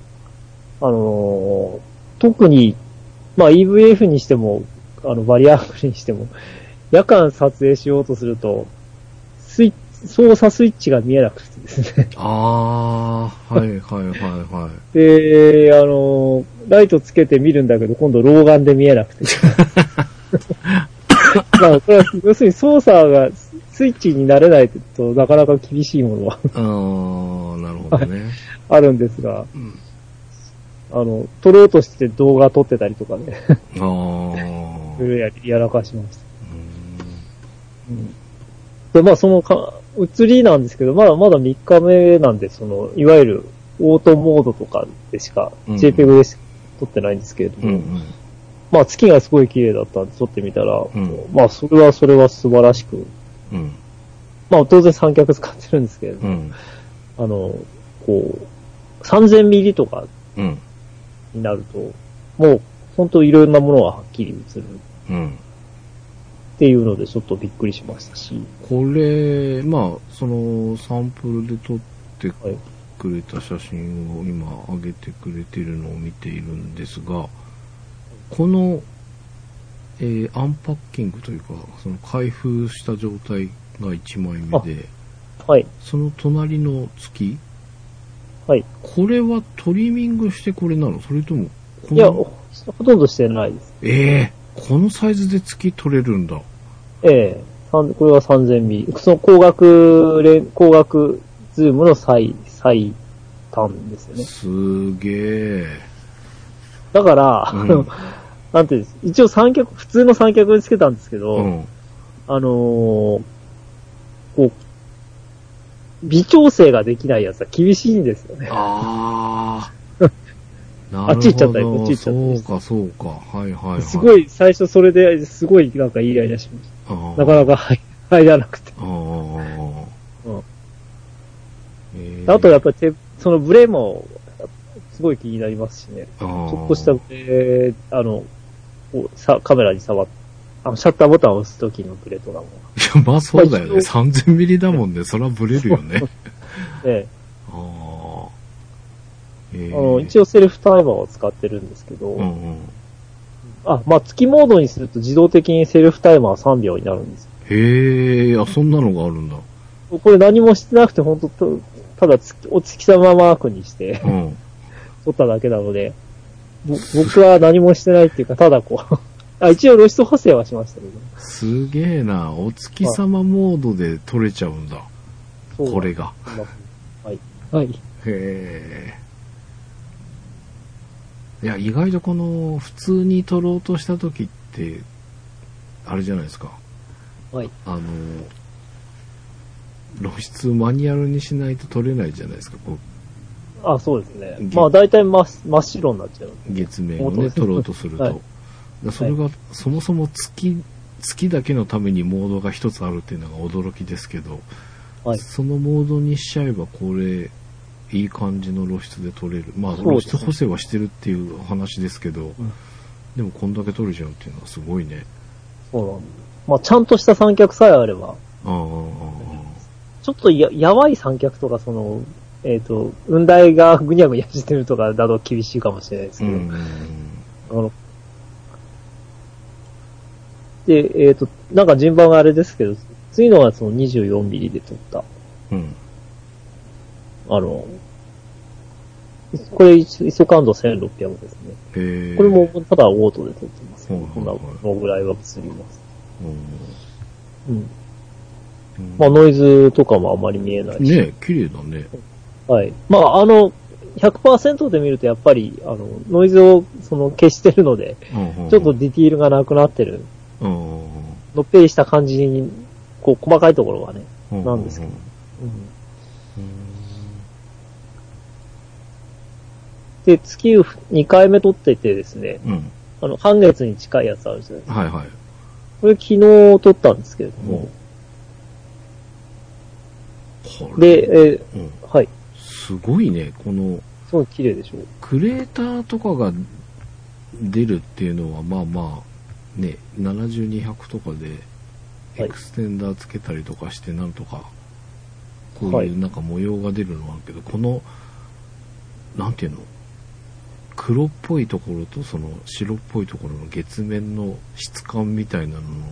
S2: あのー特に、まあ EVF にしても、あの、バリアフリーにしても、 夜間撮影しようとすると、スイッチ、操作スイッチが見えなくてですね。
S3: ああ、はいはいはい は。
S2: で、あのーライトつけて見るんだけど、今度老眼で見えなくて。まあ、これは、要するに操作が、スイッチになれないと、なかなか厳しいものはい
S3: ああ、なるほどね。
S2: あるんですが、
S3: うん
S2: あの、撮ろうとして動画撮ってたりとかね、
S3: あ
S2: い
S3: あ
S2: ろいろややらかしました。
S3: う
S2: で、まあ、そのか、移りなんですけど、まだまだ3日目なんで、その、いわゆる、オートモードとかでしか、
S3: うん
S2: JPEG でしか撮ってないんですけれど
S3: ん。う
S2: も、
S3: ん
S2: まあ、月がすごい綺麗だったんで、撮ってみたら、
S3: ん
S2: まあ、それはそれは素晴らしく、
S3: うん。うん。
S2: まあ、当然三脚使ってるんですけれど
S3: う
S2: も、
S3: ん。
S2: あの、こう、3000ミリとか
S3: うん。
S2: になると、もう、本当いろんなものがはっきり映る
S3: うん。
S2: っていうので、ちょっとびっくりしましたし、
S3: これ、まあ、その、サンプルで撮って
S2: はい
S3: くれた写真を今上げてくれてるのを見ているんですが、この、えーアンパッキングというか、その開封した状態が1枚目で、
S2: はい、
S3: その隣の月、
S2: はい。
S3: これはトリミングしてこれなのそれとも、こ
S2: いや、
S3: の
S2: ほほとんどしてないです。
S3: ええこのサイズで月取れるんだ。
S2: ええ、三これは3000ミリ。その光学レン、光学ズームの最、最短ですよね。
S3: すげえ。
S2: だから、
S3: うん
S2: あの なんていうんです。一応三脚、普通の三脚でつけたんですけど、
S3: うん。
S2: あのーこう、微調整ができないやつは厳しいんですよね。
S3: あ あ。なるほど
S2: あっち行っちゃったよこっち行っちゃったよ
S3: そうか、そうか。はいはいはい。
S2: すご
S3: い。
S2: い、最初それですごいなんかイライラしまし
S3: あ
S2: た。な
S3: ー
S2: かな。か入入らなくて。
S3: あー
S2: うん
S3: えー
S2: あとやっぱり手、そのブレも、すごい気になりますしね。
S3: あー
S2: ちょっとした、えー、あの、こうさカメラに触っあの、シャッターボタンを押すときのブレとかも。
S3: いやまあそうだよ ね。
S2: まあ
S3: 3000ミリだもんね。それはブレるよ ね。
S2: え
S3: ああ。
S2: え
S3: えー
S2: あの、一応セルフタイマーを使ってるんですけど、
S3: うんうん。
S2: あ、まあ、月モードにすると自動的にセルフタイマー3秒になるんです。
S3: へえ、あ、そんなのがあるんだ。
S2: これ何もしてなくて、本当と、ただ月、お月様マークにして
S3: うん。
S2: 撮っただけなので、ぼ僕は何もしてないっていうか、ただこう、 あ、一応露出補正はしましたけど、
S3: すげえな。お月様モードで撮れちゃうんだ。
S2: そう
S3: これが。
S2: はい。はい。
S3: へえ。いや、意外とこの、普通に撮ろうとした時って、あれじゃないですか。
S2: はい。
S3: あの、露出マニュアルにしないと撮れないじゃないですか。こ
S2: あ、そうですね
S3: うん。
S2: まあ、大体真っ真っ白になっちゃう。
S3: う、月面を
S2: 本当
S3: ね、
S2: です
S3: 撮ろうとすると。
S2: はい
S3: だからそれが、そもそも月、月だけのためにモードが一つあるっていうのが驚きですけど、
S2: はい。
S3: そのモードにしちゃえばこれいい感じの露出で撮れるまあ
S2: そう
S3: 露
S2: ですね
S3: 出補正はしてるっていう話ですけど、
S2: ん
S3: でもこんだけ撮れちゃうっていうのはすごいね
S2: そうなんだまあ、ちゃんとした三脚さえあれば、
S3: ああああ
S2: ちょっとや、やばい三脚とか、その、えっ、と、雲台がぐにゃぐにゃしてるとかだと厳しいかもしれないです
S3: う
S2: けど、
S3: ん
S2: あの、で、えっ、と、なんか順番があれですけど、次のはその24ミリで撮った、
S3: うん
S2: あの、これ、イソ感度1600ですね。
S3: へえ
S2: これも、ただオートで撮ってますけど、
S3: はい
S2: こんな、
S3: はい
S2: このぐらいは映ります。
S3: う
S2: うん。
S3: ん
S2: まあ、ノイズとかもあまり見えないし。
S3: ねえ綺麗だね
S2: はい。まあ、あの、100%で見るとやっぱり、あの、ノイズをその消してるので、ちょっとディティールがなくなってる、のっぺりした感じに、こう、細かいところがね。なんですけどで、月2回目撮っててですね、
S3: うんうん
S2: あの、半月に近いやつあるじゃないですか。
S3: はいはい
S2: これ昨日撮ったんですけれど
S3: うん
S2: も、
S3: これ
S2: で、
S3: うん
S2: えーはい。
S3: すごいねこの
S2: すごい綺麗でしょう。
S3: クレーターとかが出るっていうのはまあまあね7200とかで
S2: はい
S3: エクステンダーつけたりとかしてなんとかこ
S2: は
S3: うい
S2: いう
S3: なんか模様が出るのはあるけどこのなんていうの黒っぽいところとその白っぽいところの月面の質感みたいなのの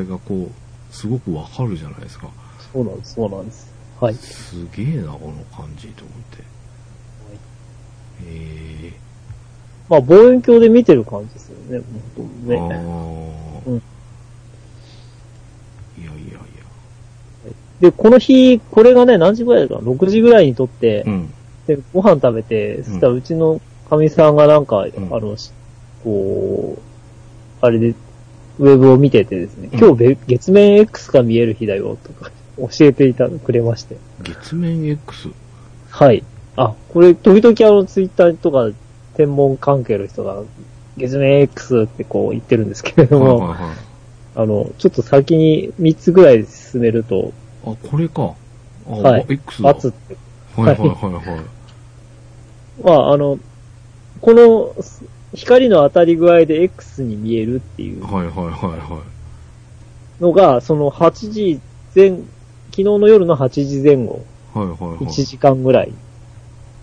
S3: 違いがこうすごくわかるじゃないですか
S2: そうなんです、そうなんです。はい。
S3: すげえなこの感じと思ってえ
S2: まあ、望遠鏡で見てる感じですよね、本
S3: え
S2: 当
S3: あ
S2: にね。
S3: あ、
S2: うん
S3: いやいやいや
S2: で、この日、これがね、何時ぐらいだかな、6時ぐらいに撮って、
S3: うん
S2: で、ご飯食べて、そしたらうちのかみさんがなんか、あの、しこう、あれで、ウェブを見ててですね、
S3: うん
S2: 今日べ月面 X が見える日だよ、とか教えていた、くれまして。
S3: 月面 X
S2: はい。あ、これ、時々あの、ツイッターとか、天文関係の人が、月面 X ってこう言ってるんですけれども、
S3: はいはいはい
S2: あの、ちょっと先に3つぐらい進めると、
S3: あこれかあ、
S2: はい
S3: X だ
S2: バ
S3: は
S2: ツ
S3: い
S2: って、
S3: はいはいはい
S2: まあ、あの、この、す光の当たり具合で X に見えるっていう
S3: はいはいはいはい
S2: のが、その8時前、昨日の夜の8時前後、
S3: はいはいはい
S2: 1時間ぐらい
S3: へ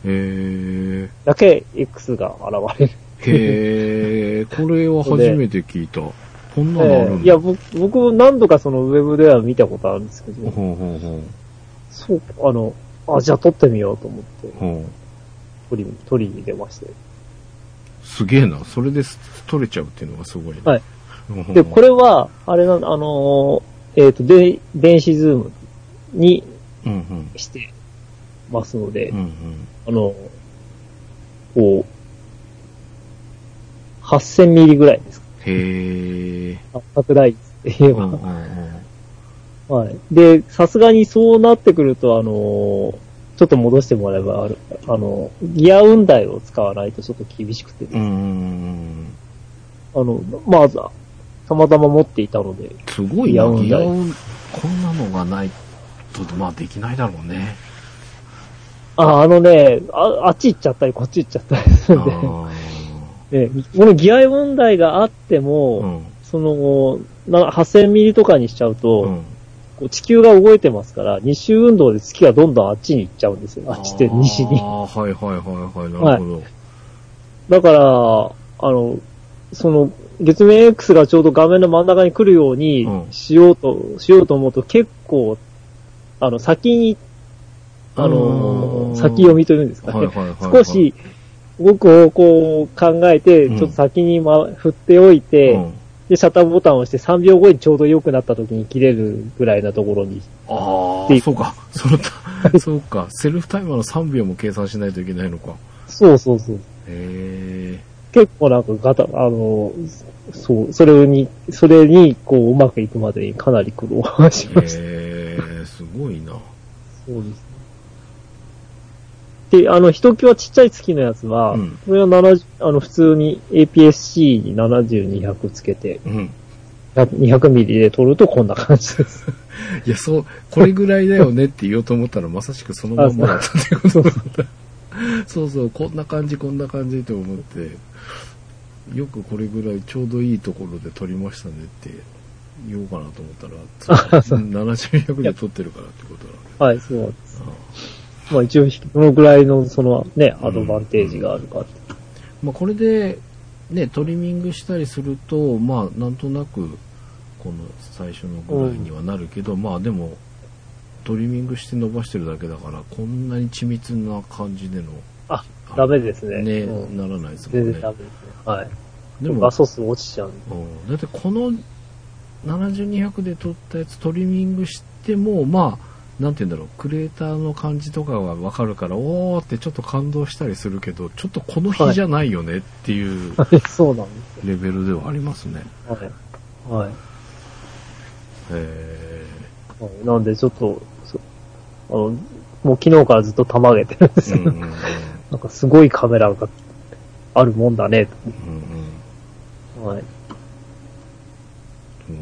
S3: え
S2: だけ X が現れる。
S3: へえ、これは初めて聞いた。こんなのあるん
S2: え
S3: だ。
S2: えいや、僕、僕も何度かそのウェブでは見たことあるんですけ
S3: ほう
S2: ど、
S3: ほうほ
S2: そう、あの、あ、じゃあ撮ってみようと思って
S3: う、ほ
S2: 撮り、撮りに出まして。
S3: う。すげえな。それで取れちゃうっていうのがすごいね。
S2: はい
S3: ほうほうほう。
S2: で、これは、あれなんあのーえっ、と、で、電子ズームに
S3: うんうん。
S2: してますので、
S3: うんうん。
S2: あの、こう、8000ミリぐらいですか。
S3: へえ。
S2: 拡大率って言え
S3: うん
S2: ば。
S3: うんうん。
S2: はい。で、さすがにそうなってくると、あのー、ちょっと戻してもらえばある、あの、ギア運台を使わないとちょっと厳しくて、
S3: うんうんうん。
S2: あの、まあ、ざたまたま持っていたので、
S3: すごい
S2: いや
S3: な。
S2: うん
S3: いやこんなのがないと、まあできないだろうね。
S2: あ、あのね、ああっち行っちゃったり、こっち行っちゃったりす
S3: あ
S2: るんで、
S3: ー
S2: ね、このギア問題があっても、
S3: うん。
S2: その、な8000ミリとかにしちゃうと、
S3: うん。
S2: こう地球が動いてますから、日周運動で月がどんどんあっちに行っちゃうんですよ。あっちって西に
S3: あ。あ、はいはいはいはい。なるほど。
S2: だから、あの、その、月面 X がちょうど画面の真ん中に来るように
S3: うん
S2: しようと、しようと思うと結構、あの、先に、あ
S3: う
S2: の、
S3: ん
S2: 先読みというんですかね。
S3: はいはいはいは
S2: 少
S3: い。
S2: し動く方向を考えて、
S3: う
S2: ち
S3: ん
S2: ょっと先に、ま、振っておいて、
S3: うん、
S2: で、シャッターボタンを押して3秒後にちょうど良くなった時に切れるぐらいなところに。
S3: あ
S2: っていう
S3: あ、そうか。 そのた、そうか。セルフタイマーの3秒も計算しないといけないのか。
S2: そうそうそう。
S3: へ
S2: 結構なんかガタ、あの、そう、それに、それに、こう、うまくいくまでにかなり苦労は し
S3: え。
S2: ました。
S3: へえ、すごいな。
S2: そうですね。で、あの、ひときわちっちゃい月のやつは、
S3: うん
S2: これは70、あの、普通に APS-C に70-200つけて、
S3: うん。
S2: 200ミリで撮るとこんな感じです。
S3: いや、そう、これぐらいだよねって言おうと思ったら、まさしくそのまんまだったってことだった。 そうそう、こんな感じ、こんな感じと思って、よくこれぐらいちょうどいいところで撮りましたねって言おうかなと思った ら、70、100で撮ってるからってことなんだ
S2: はい、そうなんです。
S3: な。
S2: まあ一応、このぐらいの、そのね、アドバンテージがあるかって。
S3: まあ、これで、ね、トリミングしたりすると、まあ、なんとなくこの最初のぐらいにはなるけど、まあでもトリミングして伸ばしてるだけだからこんなに緻密な感じでの
S2: あ、ダメですね。
S3: ね、
S2: うん
S3: ならないですも
S2: 全
S3: ん
S2: 然
S3: ね
S2: ダメですね。はい。
S3: でも
S2: 画素数落ちちゃうんで。
S3: うんだってこの7200で撮ったやつトリミングしてもまあなんて言うんだろうクレーターの感じとかはわかるからおーってちょっと感動したりするけどちょっとこの日じゃないよねっていう
S2: そうなんです
S3: レベルではありますね、
S2: よ。はい。はい。
S3: え
S2: はいなんで、ちょっと、そあの、もう昨日からずっと玉上げてるんです
S3: ー、う
S2: よ。
S3: んうんうんうん
S2: なんかすごいカメラがあるもんだね。はい。
S3: うん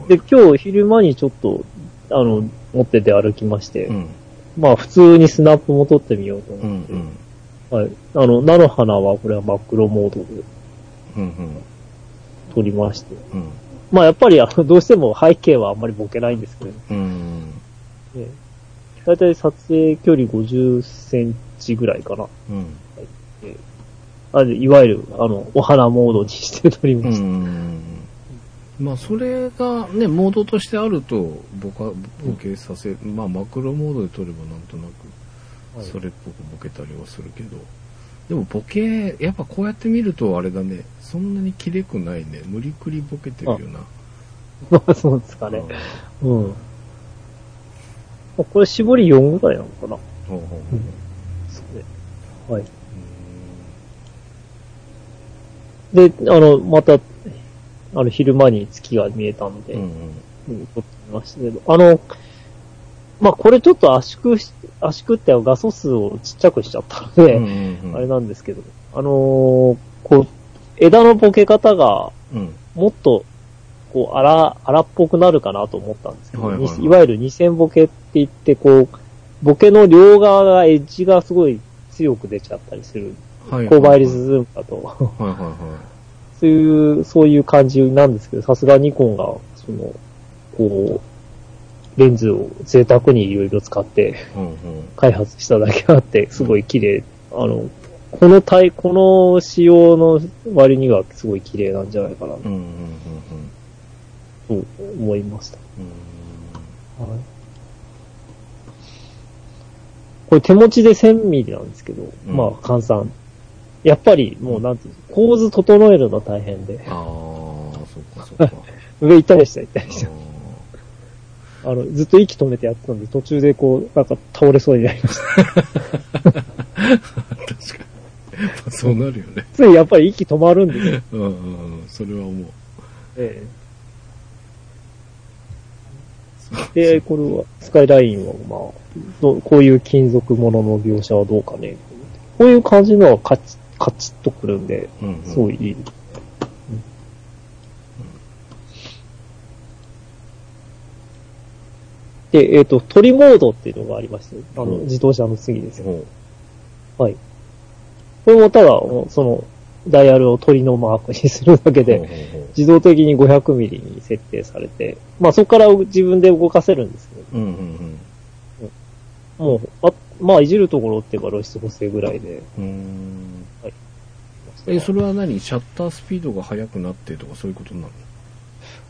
S2: で、今日昼間にちょっと、あの、持ってて歩きまして、
S3: うん
S2: まあ普通にスナップも撮ってみようと
S3: うんう
S2: 思って、
S3: ん
S2: はい。あの、菜の花はこれは真っ黒モードで
S3: うんうん
S2: 撮りまして。
S3: うん
S2: まあやっぱりあの、 どうしても背景はあんまりボケないんですけど、
S3: うん
S2: ね、だいたい撮影距離50センチぐらいかな。
S3: うん
S2: あれいわゆる、あの、お花モードにして取り
S3: う
S2: ました。
S3: ん。まあ、それがね、モードとしてあると、僕は、ボケさせ、まあ、マクロモードで撮ればなんとなく、
S2: はい
S3: それっぽくボケたりはするけど、でもボケ、やっぱこうやって見るとあれだね、そんなにきれくないね、無理くりボケてるよな。
S2: まあ、そうですかね。うん。まあこれ絞り4ぐらいなのかな。
S3: ほうほうほう
S2: そうね。はい。で、あの、また、あの、昼間に月が見えたので、
S3: うんうん
S2: うん撮ってみましたけど、あの、まあ、これちょっと圧縮し、圧縮って画素数をちっちゃくしちゃったの
S3: う
S2: で、
S3: んうんうん
S2: あれなんですけど、あのーこう、枝のボケ方が
S3: うん
S2: もっと、こう、荒、荒っぽくなるかなと思ったんですけど、
S3: はいはいはい
S2: にいわゆる二線ボケって言って、こう、ボケの両側がエッジがすごい強く出ちゃったりする。
S3: はい
S2: 高倍率ズームだと、
S3: はいはいは
S2: そういう、そういう感じなんですけど、さすがニコンが、その、こう、レンズを贅沢にいろいろ使って
S3: い。うんうん。
S2: 開発しただけあって、すごい綺麗。あの、この体、この仕様の割にはすごい綺麗なんじゃないかな
S3: うんうんうんうん。
S2: と思いました。これ手持ちで1000ミリなんですけど、
S3: ん
S2: まあ換算。やっぱりもうなんていうんですか、構図整えるの大変で、
S3: ああ、そうかそうか。
S2: 上行ったりしたり行った
S3: あ
S2: りし
S3: ー
S2: た。あの、ずっと息止めてやってたんで、途中でこう、なんか倒れそうになりました。
S3: 確かに。まあそうなるよね。
S2: ついやっぱり息止まるんです よ
S3: うんうんうん。それは思う。
S2: ね。で、これは、スカイラインは、まあどう、こういう金属ものの描写はどうかね。こういう感じのはカチッ、カチッとくるんで、
S3: うんうん
S2: すごいいい。で、えっ、と、鳥モードっていうのがありまして、あの、
S3: うん
S2: 自動車の次ですよ。
S3: ほ
S2: はい。これもただ、もうその、ダイヤルを鳥のマークにするだけ
S3: うほう
S2: で、
S3: ほう
S2: 自動的に500ミリに設定されて、まあそこから自分で動かせるんですけど、
S3: うんうん
S2: もう、あまあいじるところって言えば露出補正ぐらいで。
S3: うん。うーんえ、それは何シャッタースピードが速くなってとかそういうことなの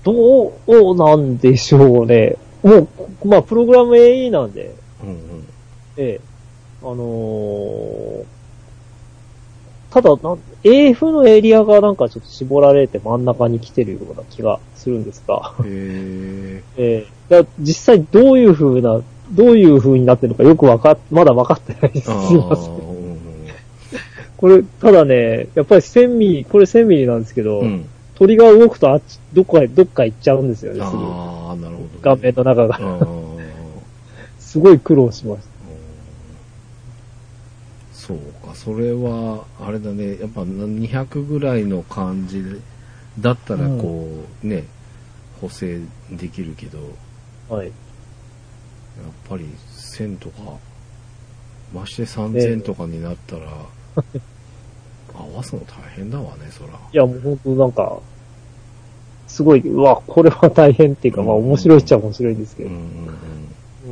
S2: どうどうなんでしょうね。もう、まあプログラム AE なんで、
S3: うんうん。
S2: ええ。あのーただなん、AF のエリアがなんかちょっと絞られて真ん中に来てるような気がするんですが、
S3: へ
S2: ええ、いや実際どういう風な、どういう風になってるのかよくわかっ、まだ分かってないで
S3: え。
S2: す。
S3: ああ
S2: すいません。
S3: うんうん
S2: これ、ただね、やっぱり1000ミリ、これ1000ミリなんですけど、
S3: うん。
S2: 鳥が動くとあっち、どっかへ、どっか行っちゃうんですよね、すぐ。
S3: ああ、なるほどね。
S2: 画面の中が。
S3: ああ。
S2: すごい苦労しまし。
S3: そうか、それは、あれだね、やっぱ200ぐらいの感じだったら、こう、ね、補正できるけど、やった
S2: はい。
S3: ぱり1000とか、まして3000とかになったら、合わすの大変だわね、そら。
S2: いや、もう本当なんか、すごい、うわ、これは大変っていうか、まあ面白いっちゃ面白いんですけ
S3: うん
S2: ど。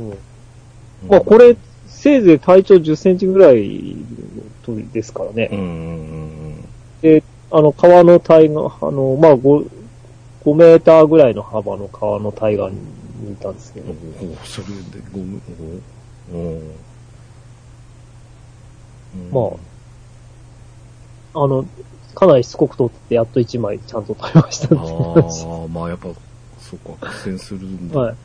S3: うんう
S2: う
S3: ん
S2: ん
S3: うん。
S2: まあこれ、せいぜい体長10センチぐらいの鳥ですからね。
S3: うんうんうんうん。
S2: で、あの、川の対岸、あの、まあ5、5メーターぐらいの幅の川の対岸にいたんですけ
S3: お
S2: ど、
S3: おそれでごめん、おお
S2: まあの、かなりしつこく撮って、やっと1枚ちゃんと撮りましたっていう話。
S3: ああ、まあやっぱ、そっか、苦戦するんだ。
S2: はい。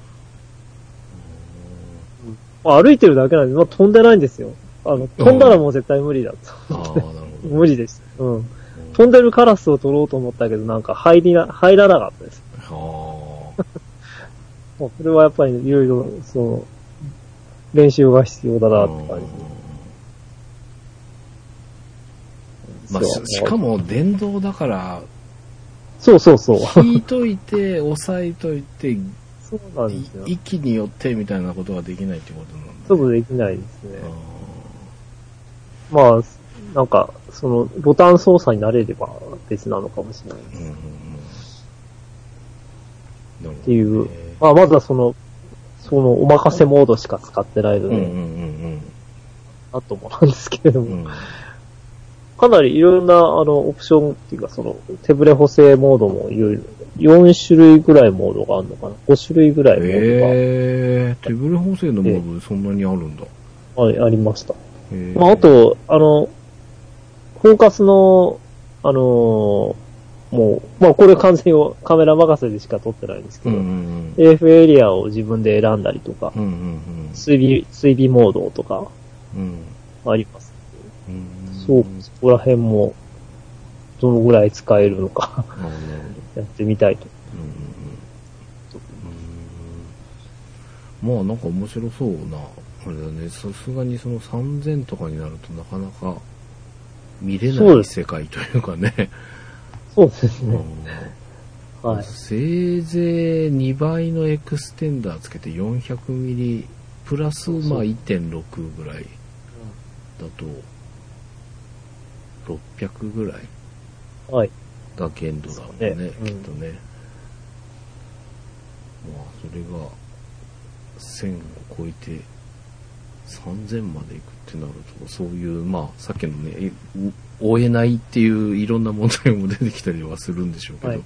S2: まあ、歩いてるだけなんで、まあ、飛んでないんですよ。あの、飛んだらもう絶対無理だと。
S3: ああ、なるほど。
S2: 無理でした。うん。飛んでるカラスを撮ろうと思ったけど、なんか入りな、入らなかったです。
S3: あ
S2: もうそれはやっぱりいろいろ、その、練習が必要だ
S3: あ。
S2: なって感じ。
S3: まあ、ししか
S2: も。
S3: も電動だから、
S2: そうそうそう。
S3: 引いといて、押さえといて、い
S2: そうなんですよ。
S3: 息によってみたいなことができないってことなんだね。
S2: ちょっとできないですね。
S3: あ
S2: まあ、なんか、その、ボタン操作になれれば別なのかもしれないで
S3: あ。う
S2: す。
S3: んうんうん。なるほどね
S2: っていうまあ、まずはその、その、お任せモードしか使ってないの
S3: うんうん
S2: で、
S3: うん
S2: あともなんですけれど
S3: うん。
S2: も、
S3: うん
S2: かなりいろんな、あの、オプションっていうか、その、手ブレ補正モードもいろいろ、4種類ぐらいモードがあるのかな ?5 種類ぐらいモードが、
S3: えー、手ブレ補正のモードでそんなにあるんだ。
S2: はいありました。
S3: えー
S2: まあ、あ、と、あの、フォーカスの、あのーもう、まあこれ完全にカメラ任せでしか撮ってないんですけ
S3: うん
S2: ど、
S3: うんうん。
S2: AF エリアを自分で選んだりとか、
S3: うんうん
S2: 追尾、追尾モードとか
S3: うん。うん
S2: あります。
S3: うん
S2: そう、そこら辺も、どのぐらい使えるのか
S3: あーなるほど。
S2: やってみたいと。
S3: うんうんうん。まあなんか面白そうな、あれだね、さすがにその3000とかになるとなかなか見れ
S2: そう
S3: な
S2: で
S3: い
S2: す
S3: 世界というかね。
S2: そうです
S3: うん
S2: ね。はい。
S3: せいぜい2倍のエクステンダーつけて400ミリプラスまあ1.6ぐらいだと600ぐらい
S2: はい。
S3: が限度だもんね、
S2: そうね
S3: きっとね。まあ、それが、1000を超えて、3000までいくってなると、そういう、まあ、さっきのね、えう追えないっていういろんな問題も出てきたりはするんでしょうけど、
S2: はい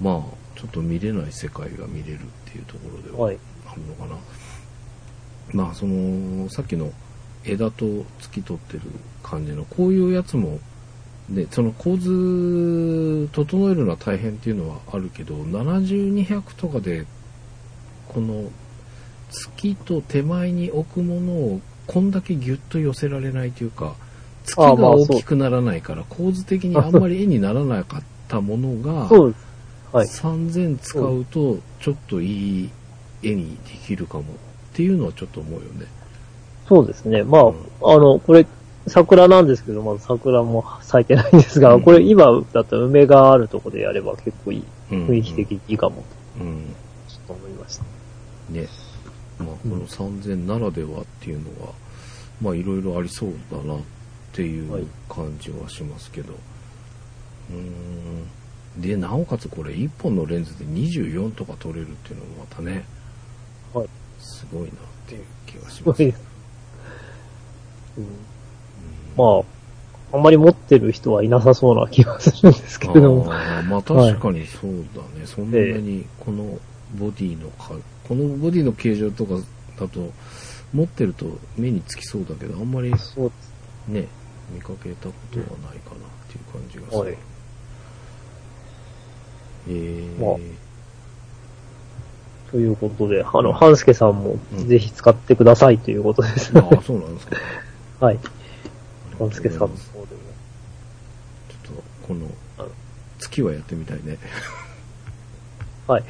S3: まあ、ちょっと見れない世界が見れるっていうところでは
S2: はい。
S3: あるのかな。まあ、その、さっきの枝と突き取ってる感じの、こういうやつも、ね、その構図、整えるのは大変っていうのはあるけど、7200とかで、この、月と手前に置くものを、こんだけギュッと寄せられないというか、月
S2: あ
S3: が
S2: あまあ
S3: 大きくならないから、構図的にあんまり絵にならなかったものが、
S2: そうです。はい。
S3: 3000使うとちょっといい絵にできるかもっていうのはちょっと思うよね。
S2: そうですね。まあ、
S3: うん
S2: あの、これ、桜なんですけど、まだ桜も咲いてないんですが、
S3: うん
S2: これ今だったら梅があるとこでやれば結構いい、
S3: うん
S2: 雰囲気的にいいかも、
S3: うん。
S2: ちょっと思いました。
S3: ね。まあ、この3000ならではっていうのは、まあ、いろいろありそうだなってい
S2: はいう
S3: 感じはしますけど。うーん。で、なおかつこれ1本のレンズで24とか撮れるっていうのもまたね、
S2: はい。
S3: すごいなっていう気がし
S2: すご
S3: ま
S2: い
S3: す。
S2: です。うん、まあ、あんまり持ってる人はいなさそうな気がするんですけれども。
S3: あーまあ
S2: はい
S3: 確かにそうだね、そんなにこのボディのか、このボディの形状とかだと、持ってると目につきそうだけど、あんまりね、
S2: そうです
S3: 見かけたことはないかなっていう感じがする。
S2: はい
S3: えー
S2: まあということで、あ
S3: うん
S2: の、半助さんも
S3: うん
S2: ぜひ使ってくださいということです。
S3: まあ、そうなん ですか。
S2: はい。
S3: あり
S2: 半
S3: がとうございます
S2: 助さんも。
S3: ちょっと、この
S2: あの、
S3: 月はやってみた いね。
S2: はい。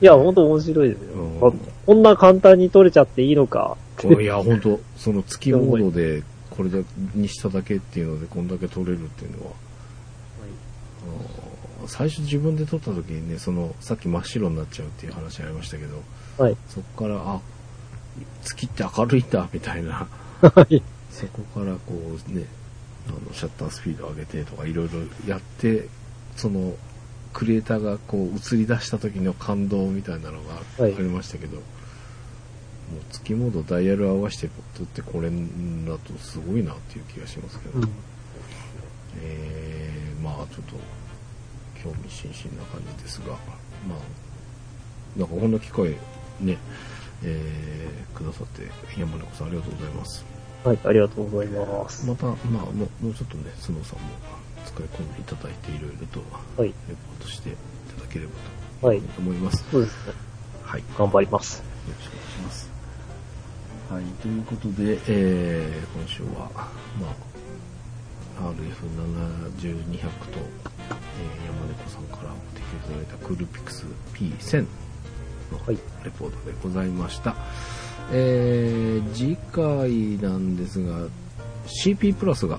S2: いや、ほんと面白いですよ
S3: うん。
S2: あこんな簡単に取れちゃっていいのか。
S3: いや、本当その月モードで、これだにしただけっていうので、こんだけ撮れるっていうのは、あの最初自分で撮った時にね、その、さっき真っ白になっちゃうっていう話ありましたけど、
S2: はい。
S3: そこから、あ、月って明るいんだ、みたいな、
S2: はい。
S3: そこからこうね、あの、シャッタースピード上げてとか、いろいろやって、その、クリエイターがこう映り出した時の感動みたいなのがあ
S2: はい
S3: りましたけど、もう月モードダイヤル合わせて撮ってこれだとすごいなっていう気がしますけど、
S2: うん
S3: えー、まあちょっと興味津々な感じですが、まあ、なんかこんな機会ね、えー、くださって山猫さんありがとうございます。
S2: はい、ありがとうございます。
S3: また、まあもうもうちょっとね、スノーさんも使い込んでいただいていろいろと
S2: はい、
S3: レポートしていただければ
S2: はい
S3: と、思います。
S2: そうですね。
S3: はい。よ
S2: 頑張ります。
S3: ろしくお願いします。はい、ということで、えー、今週は、まあ、RF7200 と、えー山猫さんからお提供いただいたクールピクス P1000 の
S2: はい
S3: レポートでございました、えー次回なんですが CP プラスが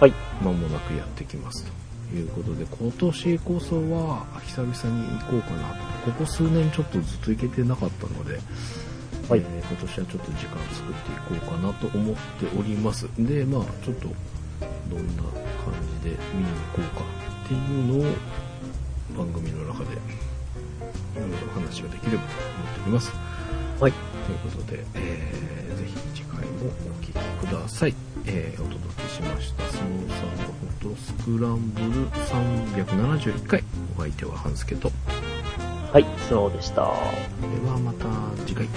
S2: はい。
S3: 間もなくやってきますということで今年こそは久々に行こうかなとここ数年ちょっとずっと行けてなかったので
S2: はい
S3: えー今年はちょっと時間を作っていこうかなと思っておりますでまあちょっとどんな感じで見に行こうかっていうのを番組の中でいろいろお話ができればと思っております
S2: はい。
S3: ということで、えーぜひ次回もお聞きください、えーお届けしましたスノーサンドフォトスクランブル371回お相手は半助と
S2: はい、スノーでした。
S3: ではまた次回